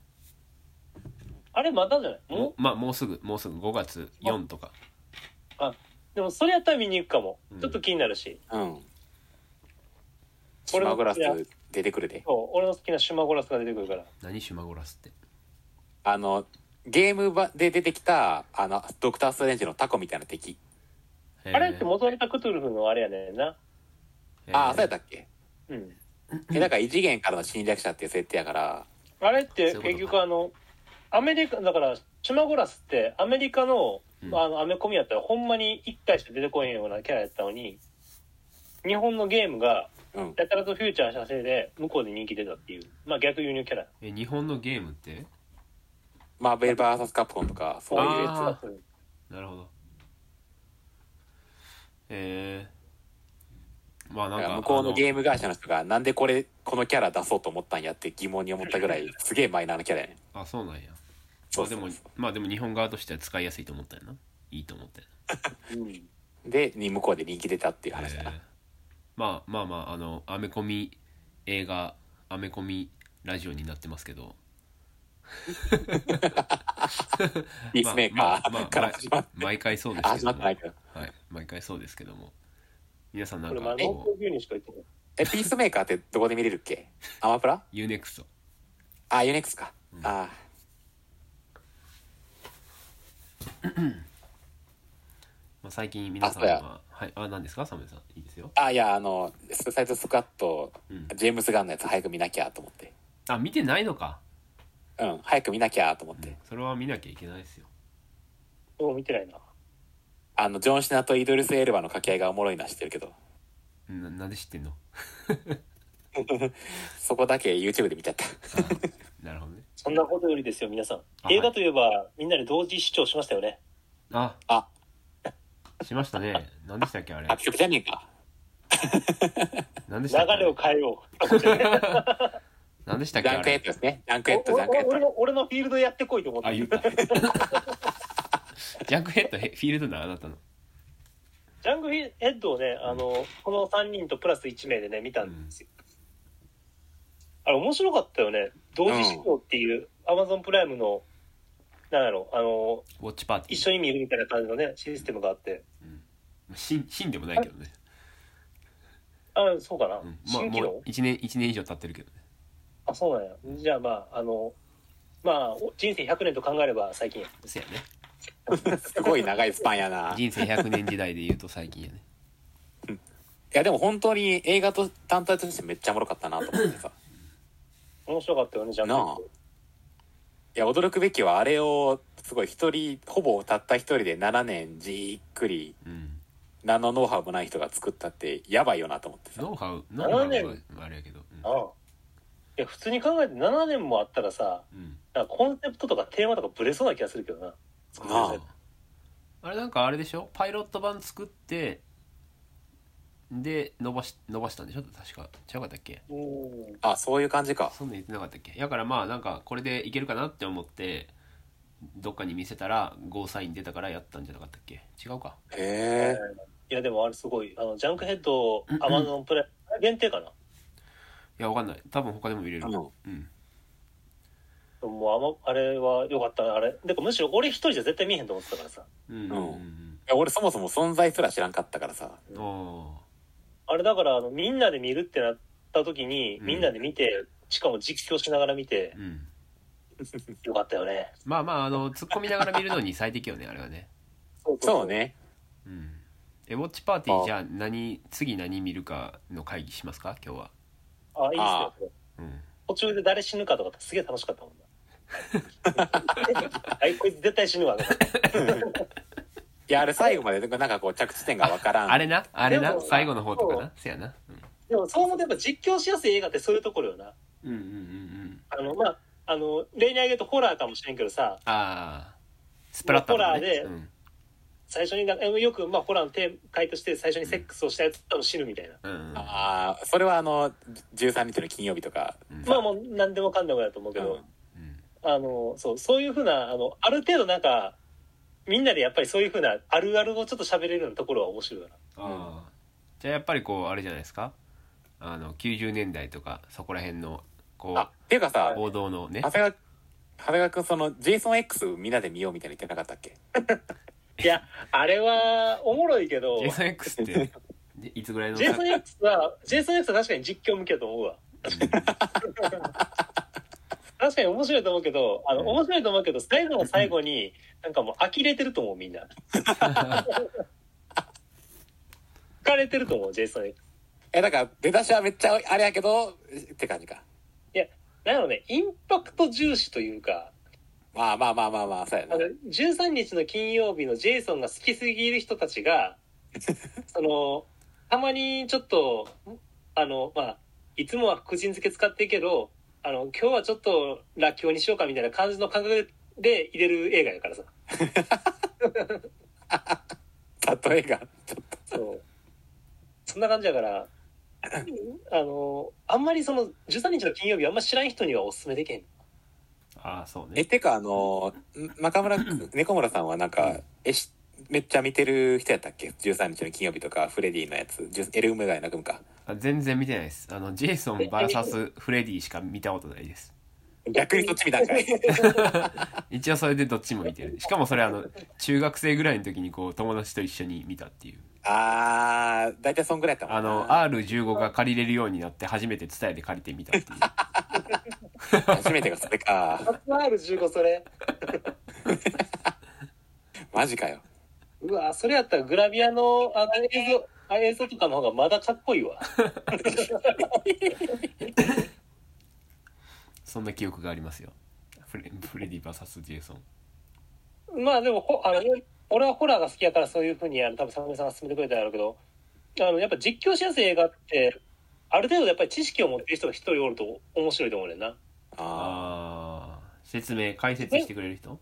S2: あれまたじゃないも
S1: もまあもうすぐもうすぐ5月4とか
S2: うでもそれやったら見に行くかも、
S1: うん
S2: ちょっと気になるし
S3: うん。
S2: 俺
S3: 島
S2: も
S3: グラス
S2: いや
S3: 出てくるで。
S2: そう俺の好きなシュマゴラスが出てくるから
S1: 何シュマゴラスって
S3: あの、ゲームばで出てきた、あの、ドクター・ストレンジのタコみたいな敵。
S1: へー
S2: あれって元々クトゥルフのあれやねんな
S1: へー
S3: ああ、そうやったっけ
S2: うん
S3: え、だから異次元からの侵略者っていう設定やから、
S2: あれって
S1: そういうことか
S2: 結局あのアメリカだからシュマゴラスってアメリカの,、
S1: うん
S2: あのアメコミやったらほんまに1回しか出てこへんようなキャラやったのに日本のゲームが
S3: うん。
S2: やたらとフューチャーしたせいで向こうで人気出たっていうまあ逆輸入キャラ
S1: え日本のゲームって
S3: マーベル VS カプコンとか、そういうやつ。
S1: あなるほどえー、まあなん
S3: だか
S1: から
S3: 向こうのゲ
S1: ー
S3: ーム会社の人がなんでこれこのキャラ出そうと思ったんやって疑問に思ったぐらいすげえマイナーなキャラやね
S1: ムあそうなんや
S3: そ
S1: ま
S3: う
S1: あで
S3: そうそう
S1: もまあでも日本側としては使いやすいと思ったよないいと思ったよ
S2: うん
S3: でに向こうで人気出たっていう
S1: な、
S3: 話
S1: え
S3: だ
S1: ー
S3: な、
S1: まあまあまああのアメコミ映画アメコミラジオになってますけど
S3: ピースメー
S1: ま
S3: カ
S1: あまあま
S3: ー
S1: あ
S3: から始まっ
S1: 毎回そうです
S3: (laughs)
S1: け
S3: あ始ま
S1: ど
S3: って
S1: も
S3: な
S1: はいい
S3: けど
S1: 毎回そうですけども皆さんな
S2: こ
S1: ん
S2: れ
S1: か
S2: まあ濃
S1: こう
S2: 厚牛乳しか言ってない
S3: えピースメーカーってどこで見れるっけアマプラ
S1: UNEXT
S3: あユネックスか、あ
S1: まあ最近皆さん
S3: あそう
S1: ははいあ何ですかサムネさんいいですよ
S3: ああいやあのスサイドスクワット、
S1: うん
S3: ジェームス・ガンのやつ早く見なきゃと思って
S1: あ見てないのか
S3: うん早く見なきゃと思って、
S1: それは見なきゃいけないですよ
S2: もう見てないな
S3: あのジョン・シナとイドルス・エルバの掛け合いがおもろいなしてるけど
S1: ななんで知 (laughs) ってんの
S3: そこだけ YouTube で見ちゃった
S1: なるほどね
S2: そんなことよりですよ皆さん
S1: はい
S2: 映画といえばみんなで同時視聴しましたよね
S1: あ
S3: あ
S1: しましたね何でしたっけあれ
S3: あ曲じゃねえか
S1: 何でし
S2: 流
S1: たっけあ
S2: れを変えよう
S1: 何でしたっ
S3: ジ
S1: け
S3: ャ
S1: あ
S3: ンクエ
S1: れ
S3: ットですねジャンクエッ
S2: お
S3: トジャンク
S2: 俺
S3: エット
S2: 俺の俺のフィールドやってこいと思って
S1: あ言った (laughs) ジャンクヘッドへフィールドなあなたの
S2: ジャングヘッドをね、あの、この3人とプラス1名でね、見たんですよ。あれ、面白かったよね。同時視聴っていう、アマゾンプライムの、なんやろ、あの、
S1: ウォッチパーティ
S2: 一
S1: ー
S2: 緒に見るみたいな感じのね、システムがあって。
S1: 死ん死んでもないけどね、
S2: あ、そうかな。
S1: うんまあ、
S2: 新機
S1: も
S2: 能
S1: う1年一年以上経ってるけどね
S2: あ、そうなんや。じゃあ、まあ、あの、まあ、お人生100年と考えれば最近や。
S1: せやね
S3: すごい長いスパンやな。い
S1: 人生100年時代で言うと最近やね
S3: や、でも本当に映画と単体としてめっちゃおもろかったなと思ってさ。
S2: 面白かったよね、ジャングヘッ
S3: なあ。いや、驚くべきはあれを、すごい一人、ほぼたった一人で7年じっくり、
S1: うん
S3: 何のノウハウもない人が作ったって、やばいよなと思ってさ。
S1: ノウハウノウ
S2: な
S1: ハ
S2: んで
S1: ウはあれやけど
S2: ド。なあ。いや、普通に考えて7年もあったらさ、
S1: うん、うん
S2: なんかコンセプトとかテーマとかブレそうな気がするけどな。
S3: なあ
S1: あれなんかあれでしょパイロット版作ってで伸ばし伸ばしたんでしょ確か違うかったっけ
S2: うん。
S3: あ、そういう感じか。
S1: そんなん言ってなかったっけだからまあなんかこれでいけるかなって思ってどっかに見せたらゴーサイン出たからやったんじゃなかったっけ違うか
S3: へえ。
S2: いやでもあれすごいあのジャンクヘッドアマゾンプレ限定かない
S1: やわかんない多分他でも見れる
S3: あの
S1: うん
S2: もうあまあれは良かったなあれでもむしろ俺一人じゃ絶対見えへんと思ってたからさ
S1: うんうんうん
S3: いや俺そもそも存在すら知らんかったからさ。
S1: うんお
S2: あれだからあのみんなで見るってなった時に
S1: うん
S2: みんなで見て、しかも実況しながら見て
S1: ーうん
S2: よかったよね。
S1: まあまああの突っ込みながら見るのに最適よねあれはね
S2: そう
S3: そう。ね。
S1: うんえウォッチパーティーじゃあ何次何見るかの会議しますか今日は
S2: あ、いいっすね
S3: あ
S2: これ。
S1: うん
S2: 途中で誰死ぬかとかってすげえ楽しかったもん
S3: (laughs)
S2: な。 (laughs) はい、こいつ絶対死ぬわ。とか
S3: いや、あれ最後まで、なんかこう、着地点がわからん。
S1: あれなあれ
S2: で
S1: な
S2: も
S1: 最後の方とかなせやな
S2: でも、そう思うとやっぱ実況しやすい映画ってそういうところよな。
S1: うんうんうんうん
S2: あの、まあ、あの、例に挙げるとホラーかもしれんけどさ、
S1: ああスプラッターとかね
S2: ホラーで最初になんかよく、まあ、ホラーのテーマ回として最初にセックスをしたやつと死ぬみたいな。
S1: うんうんうん
S3: ああ、それはあの、13日の金曜日とか。
S1: うん
S2: まあもう何でもかんでもやと思うけど、
S1: うん
S2: あの、そう、そういうふうな、あの、ある程度なんか、みんなでやっぱりそういうふうなあるあるをちょっと喋れるようなところは面白いよな。
S1: ああじゃあやっぱりこうあれじゃないですかあの90年代とかそこら辺のこ
S3: あ、っ
S1: う
S3: ていうかさ、
S1: 王道のね
S3: 長谷川、長谷川くん、その、ジェイソン X みんなで見ようみたいに言ってなかったっけ
S2: いや、あれはおもろいけど
S1: ジェ、イソン X ってでいつぐらいの
S2: ジェイソン X は、ジェイソン X は確かに実況向けだと思うわ。確かに面白いと思うけど、あの、面白いと思うけど、最後の最後に、なんかもう呆れてると思う、みんな。疲れてると思う、ジェイソン X。
S3: え、だから、出だしはめっちゃあれやけど、って感じか。
S2: なので、インパクト重視というか、
S3: まあまあまあまあまあ、そうや
S2: あ
S3: な
S2: の。、13日の金曜日のジェイソンが好きすぎる人たちが、 (laughs) その、たまにちょっと、あの、まあ、いつもは福神漬け使ってるけど、あの、今日はちょっとラッキョウにしようかみたいな感じの感覚で入れる映画やからさ。
S3: 例えが、ちょっと。
S2: そう。そんな感じや (laughs) から、あの、あんまりその、13日の金曜日あんま知らん人にはおすすめできへん。
S1: ああそう
S3: え、
S1: ね
S3: てか、あの、ん中 (clears throat) 村くん、猫村さんはなんか、え、し、めっちゃ見てる人やったっけ ?13 日の金曜日とか、フレディのやつ、じゅエルムガイの君か。
S1: あ全然見てないですあのジェイソン VS フレディしか見たことないです
S3: 逆にそっち見たん (laughs) かい。
S1: 一応それでどっちも見てるしかもそれあの中学生ぐらいの時にこう友達と一緒に見たっていう
S3: あー、だいたいそんぐらいやったも
S1: あ
S3: んな
S1: の R15 が借りれるようになって初めて伝えて借りてみたっていう
S3: 初めてがそれか。
S2: R15 それ。
S3: マジかよ。
S2: うわそれやったらグラビアのあの映像あ映像とかの方がまだかっこいいわ
S1: そんな記憶がありますよフレフレディ VS ジェイソン
S2: まあでもほあの俺はホラーが好きやからそういうふうにあの多分坂上さんが勧めてくれたんやろうけどあのやっぱ実況しやすい映画ってある程度やっぱり知識を持ってる人が一人おると面白いと思うねんな、
S3: あ
S1: ああ説明解説してくれる人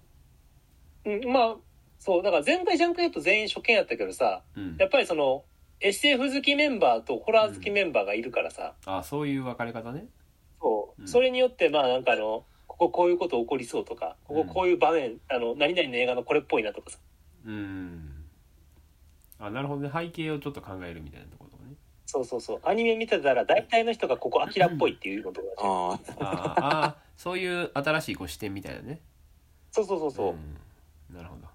S2: うん、まあそうだから前回ジャンクヘッド全員初見やったけどさ
S1: うん
S2: やっぱりその SF 好きメンバーとホラー好きメンバーがいるからさ、
S1: ああそういう分かれ方ね
S2: そう
S1: うん
S2: それによってまあなんかあのこここういうこと起こりそうとかこここういう場面、あの何々の映画のこれっぽいなとかさ
S1: うんあなるほどね背景をちょっと考えるみたいなところね
S2: そうそうそうアニメ見てたら大体の人がここアキラっぽいっていうのとか、
S3: ーあ
S1: あ
S3: ー。
S1: ーあーそういう新しいこう視点みたいなね
S2: そうそうそうそう、
S1: んなるほど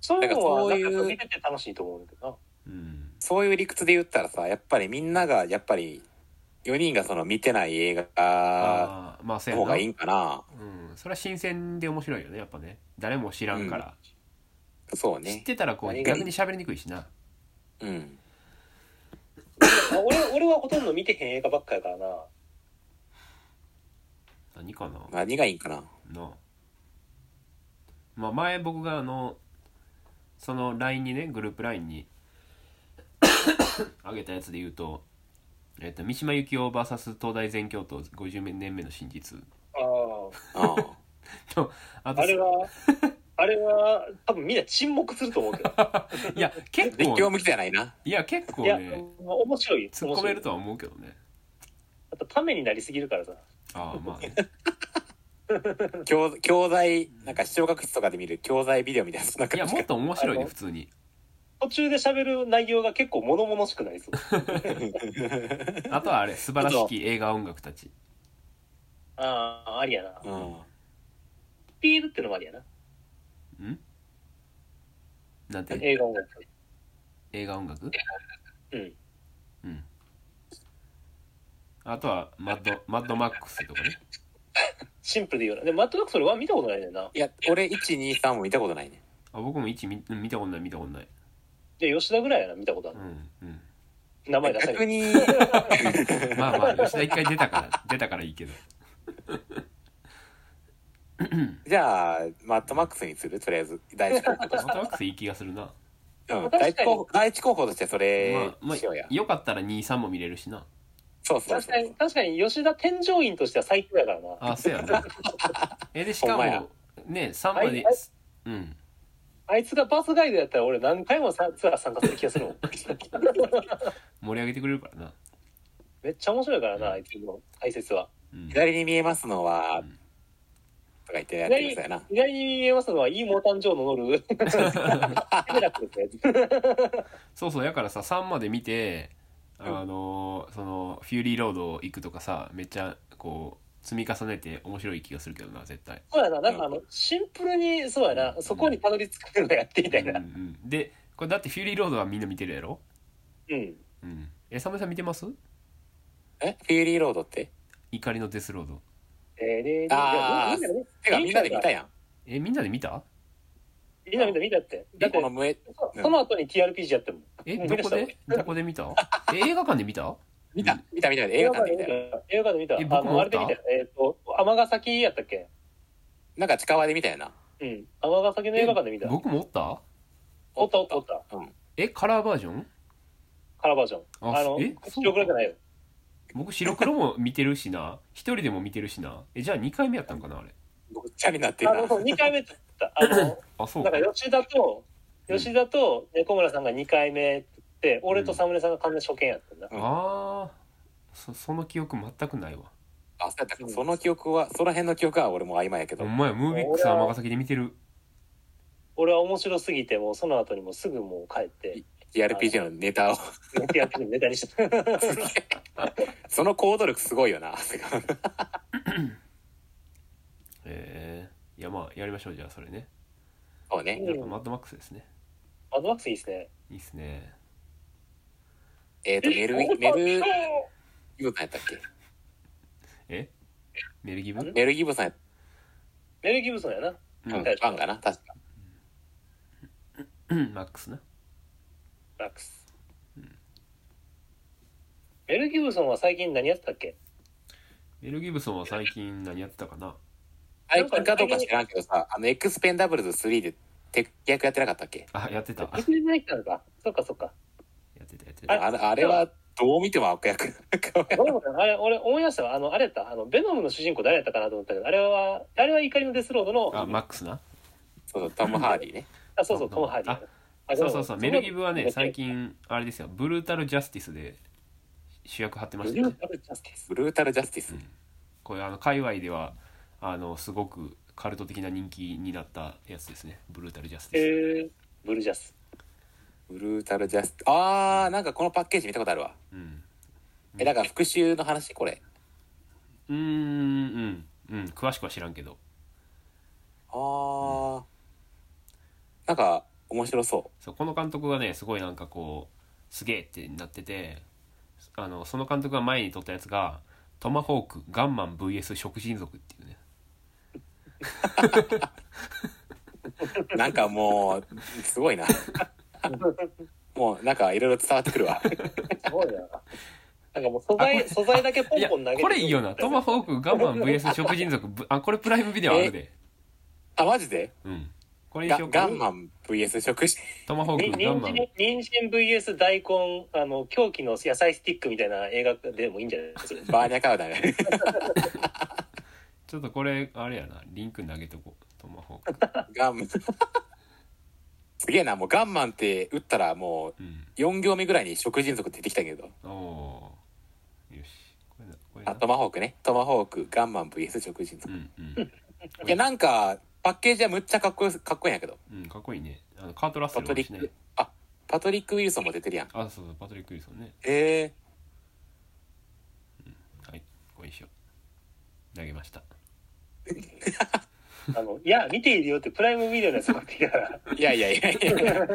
S2: そういうのはなん
S3: だからそうい
S2: か
S3: う
S2: 見てて楽しいと思うんだけどな
S1: うん
S3: そういう理屈で言ったらさ、やっぱりみんなが、やっぱり、4人がその見てない映画
S1: ああまあそう
S3: の
S1: や
S3: 方
S1: な
S3: がいいんかな。
S1: うん、それは新鮮で面白いよねやっぱね誰も知らんから、
S3: そう
S1: 知っ
S3: ね。
S1: てたらこう
S2: 何が
S1: 逆に喋りにくいしな
S3: うん。
S2: あ俺俺はほとんど見てへん映画ばっかやからな
S1: 何かな
S3: 何がいいんかな。
S1: なまあ前僕があのその LINE にねグループ LINE にあげたやつで言うと、えっと、三島由紀夫 VS 東大全教頭50年目の真実
S2: あ
S3: あー
S1: (laughs) とあ
S2: あ
S1: と
S2: あれはあれは多分みんな沈黙すると思うけど
S1: いや結
S3: 絶叫
S1: 構
S3: 向きじゃないな。
S1: いや結構
S2: いや
S1: ね
S2: 面白い
S1: 突っ込めるとは思うけどね
S2: 面白いやっぱためになりすぎるからさ
S1: ああまあね
S3: 教教材、なんか視聴覚室とかで見る教材ビデオみたいな、そんない
S1: や
S3: 感じ
S1: もっと面白い
S2: あ
S1: ね
S2: の
S1: 普通に
S2: 途中で喋る内容が結構物々しくなりそう
S1: あとはあれ素晴らしき映画音楽たち
S2: ああありやな
S3: (laughs) うん。
S2: ピールってのもありやな
S1: うんなんて
S2: 映画音楽
S1: 映画音楽
S2: うん
S1: うん
S3: (laughs)
S1: あとはマッドマッドマックスとかね
S2: シンプルで言うな。でも、全くそれは見たことないねんな。
S3: いや、俺、1、2、3も見たことないね。
S1: あ僕も1見見たことない見たことない
S2: で、吉田ぐらいやな、見たことある
S1: う。んうん
S2: 名前出さ
S3: 逆
S2: れる。
S3: に、
S1: まあまあ吉田一回出た
S3: (laughs)
S1: から出たからいいけど
S3: じゃあ、マットマックスにするとりあえず、第一候 (laughs) 補と
S1: マットワックスいい気がするな
S3: して。うん、第一候補、第一候補としてそれ
S1: まあ、ま
S3: しようや
S1: あ、。よかったら23も見れるしな
S3: そうそう
S2: 確
S3: そ
S2: かに、
S3: う。
S2: 確かに吉田添乗員としては最強やからな。
S1: あそうや
S3: (laughs)
S1: なえでしか
S3: ほんまや
S1: もね3まで
S2: はい
S1: うん
S2: あいつがバスガイドやったら俺何回もさツアー参加する気がするもん。
S1: 盛り上げてくれるからな
S2: めっちゃ面白いからな、あいつの解説は。
S1: うん
S3: 左に見えますのは
S1: ん、
S3: とか言ってやってる人やな。
S2: 意外に見えますのは、いいモータンジョーの乗 (laughs) る。カメラ来るって
S1: そうそうやからさ3まで見てあのーそのフューリーロード行くとかさめっちゃこう積み重ねて面白い気がするけどな絶対
S2: そうやな、なんかあの、シンプルに、そうやな、そこにたどり着くのやってみたいな
S1: うん。うん、でこれだってフューリーロードはみんな見てるやろ
S2: うん。
S1: うんえサムさん見てます
S3: えフューリーロードって
S1: 怒りのデスロード
S2: えーねー
S3: あー
S2: みんなね
S3: てか、みんなで見たやん。
S1: えみんなで見た
S2: みんな見た見たって。だ
S3: リ
S2: って
S3: コの、無え、
S2: そその後に TRPG やっても。
S1: え
S2: もう
S1: ど
S2: 見ま
S1: こ
S2: した
S1: でどこで見たえ映画館で見た
S3: 見た、見た見た見た、映画館で見たよ。
S2: 映画館で見た。
S1: え
S2: 映画館で見た。あ
S1: 僕も
S2: の、あれで見たよ。えっと、尼崎やったっけ
S3: なんか近場で見たよな。
S2: うん。尼崎の映画館で見た。
S1: 僕もおった
S2: おったおったおった。
S1: えカラーバージョン
S2: カラーバージョン。
S1: あ
S2: あの
S1: え、そう
S2: 白黒じゃないよ。
S1: 僕白黒も見てるしな一人でも見てるしなえじゃあ2回目やったんかなあれ
S3: ごっちゃになってる
S2: あ
S3: な。
S2: の、2回目だった。あの、
S1: あそう
S2: だ
S1: か
S2: から吉田と、吉田と猫村さんが2回目って、俺とサムネさんが完全初見やったんだ。
S1: あーそその記憶全くないわ
S3: あ、そうやったかその記憶は、その辺の記憶は俺も曖昧やけ
S1: お
S3: ど。
S1: 前ムービックス尼崎で見てる
S2: 俺は面白すぎて、もうその後にもうすぐもう帰って、
S3: TRPG のネタを。 (laughs)
S2: 寝てやってるネタにしてた。
S3: その行動力すごいよな。 (laughs)
S1: えー、いやまあやりましょうじゃあそれね
S3: そうね。
S1: やっぱマッドマックスですね
S2: マッドマックスいいですね。
S1: いいっすね
S3: えっ、と、メル、メル、ギブさんやったっけ
S1: えメルギブ
S3: メルギブさんやっ
S2: メル・ギブソンやな。
S3: た、うん、
S2: 確
S3: フ
S2: か
S3: ァンかな確か。
S1: (clears throat) うんマックスな
S2: マックス。メル・ギブソンは最近何やってたっけ
S1: メルギブソンは最近何やってたかな
S3: 最近かどうか知らんけどさ、あの、エクスペンダブルズ3で敵役やってなかったっけ
S1: あやってたや
S2: 逆に出てきたのか。そっかそっか。
S1: ってたやって
S3: あ
S1: た
S3: れあれは、どう見ても悪 (laughs) 役。
S2: 俺もねあれ、俺思い出したわ。あの、あれやった。あの、ベノムの主人公誰やったかなと思ったけど、あれは、あれは怒りのデスロードの、
S1: あ
S2: あ
S1: マックスな
S3: そうそう、トム・ハーディね。
S2: そうそう、トム・ハーディ
S1: あ
S2: やな。あ
S1: そうそうそうメルギブはね最。
S2: でも
S1: 近あれですよブルータルジャスティスで主役張ってま
S2: そ
S1: し
S2: の
S1: たよね
S2: ブルージャスティス
S3: ブルータル・ジャスティス。
S1: これあの界隈ではあのすごくカルト的な人気になったやつですねブルータルジャスティス、
S2: へーブルージャス。
S3: ブルータル・ジャスティス。あー、なんかこのパッケージ見たことあるわ。
S1: うん
S3: え、だから復讐の話これ。
S1: うーんうんうん詳しくは知らんけど
S3: あー。なんか、面白そ
S1: そうこの監督がねすごいなんかこうすげえってなっててあのその監督が前に撮ったやつが「トマホークガンマン VS 食人族」っていうね
S3: う。なんかもう、す (laughs) ごいな。もう、なんかいろいろ伝わってくるわ。
S2: すごいな。なんかもう素材、素材だけポ
S1: い
S2: ン
S1: や
S2: ポン投げて
S1: これいいよな「トマホークガンマン VS 食人族」ぶあこれプライムビデオあるで
S3: あ、マジで
S1: うんこれに
S3: ガ
S1: しよう
S3: ガ
S1: か
S3: ンマン VS 食事。
S1: トマホー
S2: に
S1: クガン
S2: 人
S1: マン
S2: 参、人参 VS 大根、あの、狂気の野菜スティックみたいな映画でもいいんじゃないで
S1: (laughs)
S2: すか。
S3: バーニャカウダ (laughs) ね。
S1: ちょっとこれあれやなリンク投げとこうトマホーク
S3: ガンマン。すげえな、もうガンマンって打ったらもう
S1: うん
S3: 4行目ぐらいに食人族出てきたけど。
S1: おーよしこれだこれ
S3: あ、
S1: だ
S3: トマホークね。トマホーク、ガンマン VS 食人
S1: う
S3: 族。
S1: んうん
S3: いや、なんか、パッケージはむっちゃかっこよす、かっこいいんやけど。
S1: うんかっこいいねあのカート・ラッセ
S3: パ
S1: ル
S3: ト
S1: も
S3: リ
S1: し
S3: ッ
S1: ね
S3: ク、あ、パトリック・ウィルソンも出てるやん。
S1: あそうそうパトリック・ウィルソンね
S3: へえ。
S1: はいご一緒投げました
S2: あの、いや、見ているよってプライムビデオのやつ買ってきたから。
S3: いやいやい (laughs) やいや。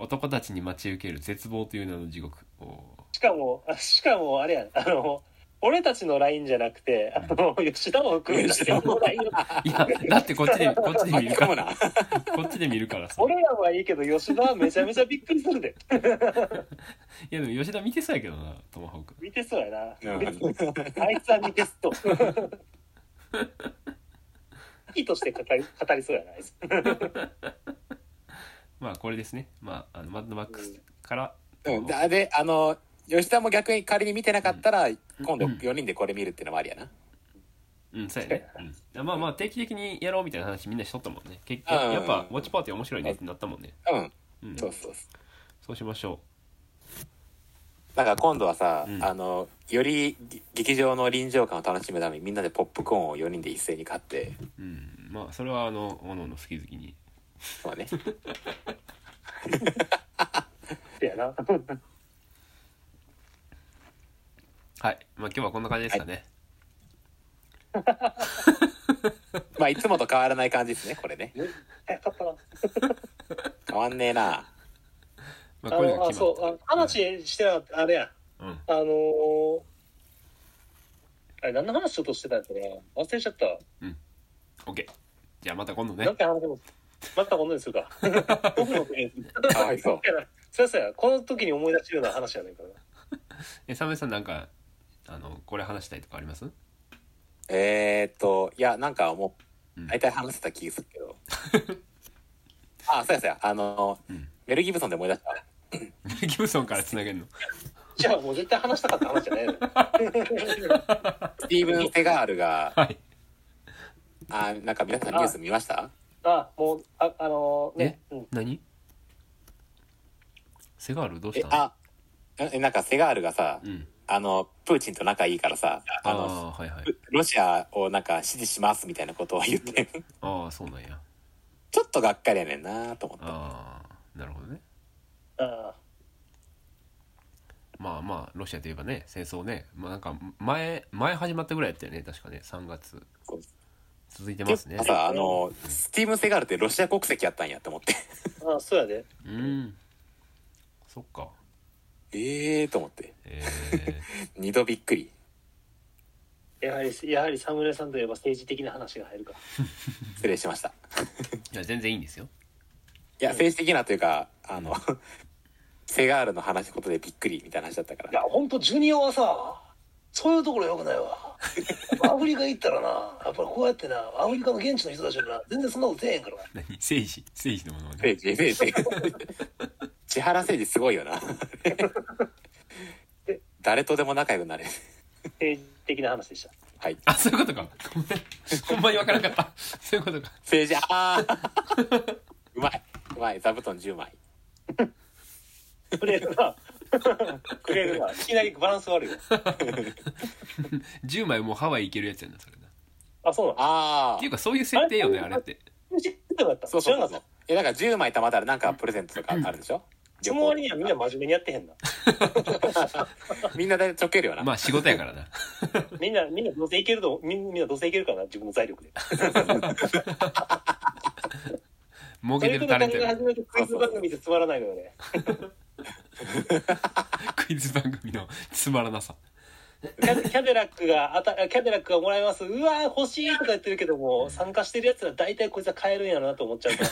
S1: 男たちに待ち受ける絶望という名の地獄おー
S2: しかも、あしかもあれやん、あの、俺たちの LINE じゃなくて、あの、吉田も含めた
S3: 吉
S2: 人
S3: 田
S2: の LINE を
S1: いやだってこっちでこっちで見
S3: 巻
S1: る
S3: き
S1: か
S3: (laughs) 込む
S1: ら
S3: な。
S1: こっちで見るからさ
S2: 俺らはいいけど、吉田はめちゃめちゃびっくりするで。
S1: いやでも吉田見てそうやけどなトマホーク
S2: 見てそうやな。
S3: うん
S2: あいつは見てそう好きとして語り語りそうやな、あいつ。
S1: まあこれですねまああのマッドマックスから、
S3: うんで、であの、吉田も逆に仮に見てなかったら、今度4人でこれ見るっていうのもありやな。
S1: うん、そうやね、うん、まあまあ定期的にやろうみたいな話みんなしとったもんね結局やっぱウォッチパーティー面白いねってなったもんね、
S3: うん、
S1: うん、
S3: そうそうそう。
S1: そうしましょ
S3: だから今度はさ、
S1: うん
S3: あの、よりぎ劇場の臨場感を楽しむためにみんなでポップコーンを4人で一斉に買って、
S1: ううんまあそれはあのおのおの好き好きに
S3: まあね。
S2: そうやな。
S1: はいまあ今日はこんな感じですかね、
S3: まあいつもと変わらない感じですね、これね。
S2: 早かったな。
S3: 変わんねえな。
S1: まあ
S2: あ
S1: こういうの
S2: の、
S1: が
S2: あ、
S1: 決ま
S2: そ
S1: っ
S2: う、あ話してなかった、あれや。
S1: たうん
S2: あのー、あれ、何の話ちょっとしてたんやったかな忘れちゃった。
S1: オッケーじゃあまた今度ね
S2: 何回話しますまたこんなに
S1: (laughs)
S2: するか。僕の国
S3: かわいそう。
S2: そうそうや、この時に思い出してるような話やねんからな。
S1: えサメさんなんかあのこれ話したいとかあります (laughs)
S3: えー、っと、いや、なんかも
S1: う
S3: う、
S1: ん
S3: 大体話せた気するけど。あ、そうやそうや。あの、
S1: うん
S3: メル・ギブソンで思い出した。
S1: ギブソンからつなげるの
S2: じゃあもう絶対話したかった話じゃないのよ
S1: (laughs)
S3: スティーブン・セガールが、
S1: はい
S3: あ、なんか皆さんニュース見ました
S2: あ、もう、あ、あのー、ね、うん。
S1: 何セガールどうし
S3: え
S1: た、の
S3: あ、え、なんかセガールがさ、
S1: うん
S3: あの、プーチンと仲いいからさ、あの、
S1: ああーはいはい
S3: ロシアをなんか支持しますみたいなことを言って、
S1: ああそうなんや
S3: (laughs) ちょっとがっかりやねんなと思った。
S1: ああなるほどね
S2: あ
S1: まあまあロシアといえばね戦争ね、まあ、なんか前前始まったぐらいやったよね確かね3月
S3: そう
S1: 続いてますね
S3: 結構さ、あの、スティーブン・セガールってロシア国籍やったんやと思って。 (laughs)
S2: あ、そうやで。
S1: うんそっか
S3: ええーと思って。
S1: えー、
S3: (laughs) 二度びっくり。
S2: やはり、やはりサムネさんといえば政治的な話が入るか。
S3: 失礼しました。い
S1: いや全然いいんですよ
S3: や、政治的なというか、あの、セガールの話ことでびっくりみたいな話だったか
S2: いや、
S3: ら。
S2: ほんと、ジュニアはさ、そういうところよくない (laughs) わ。アフリカ行ったらな、やっぱりこうやってな、アフリカの現地の人たちはな、全然そんなことせえへんからな。
S1: 何 (laughs) 政治政治のものはね
S3: 政治、政
S1: (laughs)
S3: 治。千原誠治すごいよな。誰とでも仲良くなれる。
S2: 政治的な話でした。
S3: はい。
S1: あそういうことかごめんほんまにわからなかったそういうことか
S3: 政治、ああうまい。うまい。座布団10枚。
S2: くれる (laughs) な。くれるな。いきなりバランス悪いよ。
S1: 10枚もうハワイ行けるやつやなそれなっ
S2: あ、そうなの
S3: ああ
S1: ていう。かそういう設定よねあれって
S2: 知ってなかった。
S3: そうそう
S2: 知ら
S3: そう
S2: な
S3: そ
S2: か
S3: う
S2: っ。
S3: え、だから10枚貯まったらなんかプレゼントとかあるでしょ
S2: た。その割にはみんな真面目にやってへんな。
S3: みんな大体ちょけるよな。
S1: まあ仕事やからな
S2: みんな、みんなどうせいけると、みんみんなどうせいけるからな、自分の財力で。
S1: 儲
S2: そ
S1: け
S2: れ
S1: て
S2: と
S1: るタ
S2: の
S1: レ
S2: 金
S1: ント
S2: が
S1: や
S2: 始めてクイズ番組でつまらないのよね。
S1: クイズ番組のつまらなさ
S2: キャキャデラックがあたキャデラックがもらえますうわー欲しいとか言ってるけども参加してるやつら大体こいつは買えるんやろなと思っちゃうか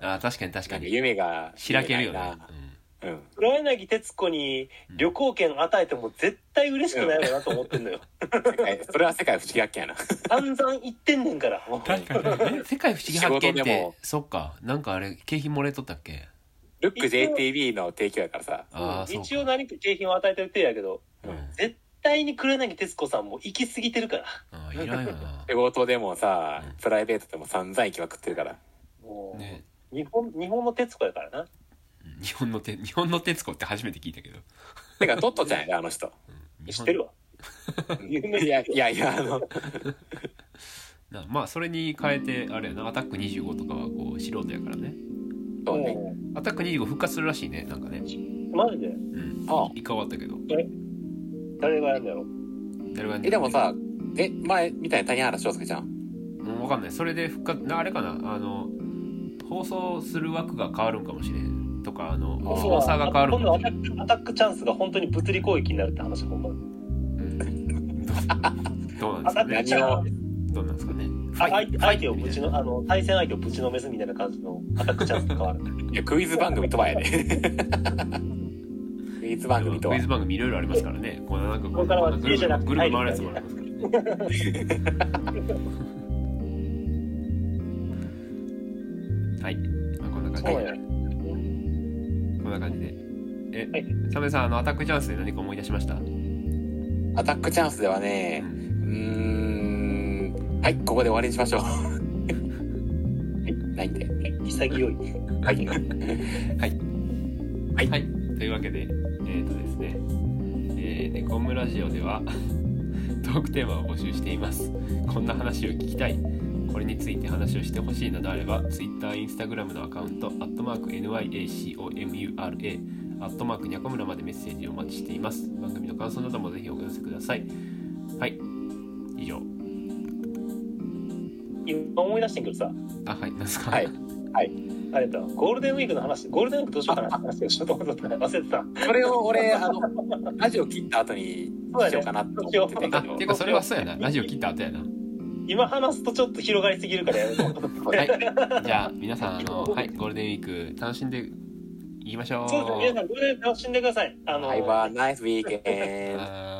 S2: ら
S1: あー確かに確
S3: な
S1: か
S3: んか
S1: に
S3: 夢が。
S1: 開けるよね
S3: 夢が、
S1: うん
S3: ないな。うん。
S2: 黒柳徹子に旅行券与えても絶対嬉しくないやろなと思ってんのよ
S3: 世界それは世界不思議発見やな。
S2: 散々言ってんねんから
S1: 確かに世界不思議発
S3: 仕
S1: 見
S3: 事
S1: っ
S3: で
S1: て
S3: も
S1: そっかなんかあれ景品もらえとったっけ
S3: ルック JTB の提供やからさ。
S1: ああそう
S2: 一応
S1: か
S2: 何か景品を与えてる手やけど
S1: うん
S2: 絶対に黒柳徹子さんも行き過ぎてるから
S1: あーいらんよな
S3: 仕事でもさ
S1: うん、
S3: プライベートでも散々行きまくってるから。
S2: もう、
S1: ね
S2: 日本日本の徹子やからな
S1: 日本のて日本の徹子って初めて聞いたけど
S3: てか、トットちゃんやで、あの人。
S1: 日本
S2: 知ってるわ有名
S3: いや、いやいや、あの、
S1: なまあそれに変えてあれやなアタック25とかはこう素人やからね
S3: そうね。
S1: アタック25復活するらしいねなんかね
S2: マジで
S1: うん
S3: ああ
S1: 一回終わったけど
S2: 誰がやるんだろう
S1: 誰がやんね
S3: え、
S1: ん
S3: でもさ、え、前みたいに谷原章介ちゃん
S1: もう分かんないそれで復活なあれかなあの放送する枠が変わるんかもしれんとかあの
S3: あー
S1: スポンサーが変わるんか
S2: 今度
S1: も
S2: ア
S1: し
S2: タ
S1: れん
S2: ックアタックチャンスが本当に物理攻撃になるって話ほんま
S1: うんなんですかね
S3: 何を
S1: どうなんですかね
S2: あ相手相手を
S1: ファイ
S2: ぶ
S1: ト
S2: ちの、あの、対戦相手をぶちのめすみたいな感じのアタックチャンスとかはあ
S3: (laughs)
S2: る。
S3: いやクイズ番組とはやでクイズ番組
S1: ク
S3: とは
S1: イズ番組いろいろありますからねこうなんかこう
S2: これからは
S1: ぐる
S2: 家じ
S1: ぐ
S2: ゃ
S1: る
S2: なくて
S1: ぐるぐる回るやつもありますから
S2: (laughs)
S1: はい、まあ、こんな感じで、
S2: そうやね
S1: こんな感じでえ、
S2: はい
S1: サメさんあのアタックチャンスで何か思い出しました、
S3: アタックチャンスでは
S1: う
S3: ねうんーんはいここで終わりにしましょうはいないんで
S2: 潔い。
S3: はいはい
S1: はい、というわけでえっ、ー、とですねえー、ネコムラジオでは (laughs) トークテーマを募集していますこんな話を聞きたいこれについて話をしてほしいなどあれば Twitter、Instagram のアカウント @nyacomura アットマークにゃこむらまでメッセージをお待ちしています番組の感想などもぜひお寄せくださいはい以上
S2: 今思い出してんけどさ、
S1: あはい何すか
S3: はい
S2: あれだ、ゴールデンウィークの話、ゴールデンウィークどうしようかなって話をしようと思ったから忘れてた。
S3: それを俺あのラジオ切った後にしようかなと思って
S1: あ
S3: た
S1: っ
S3: け
S1: て
S3: ど
S1: いうかそれはそうやなラジオ切った後やな
S2: 今話すとちょっと広がりすぎるからやめと
S3: (laughs)
S2: こう
S1: はい、じゃあ皆さんあの、はい、ゴールデンウィーク楽しんでいきましょう。
S2: そうですね、皆さん、ゴールデンウィーク楽しんでください。あの、
S3: Have a nice weekend.
S1: はーい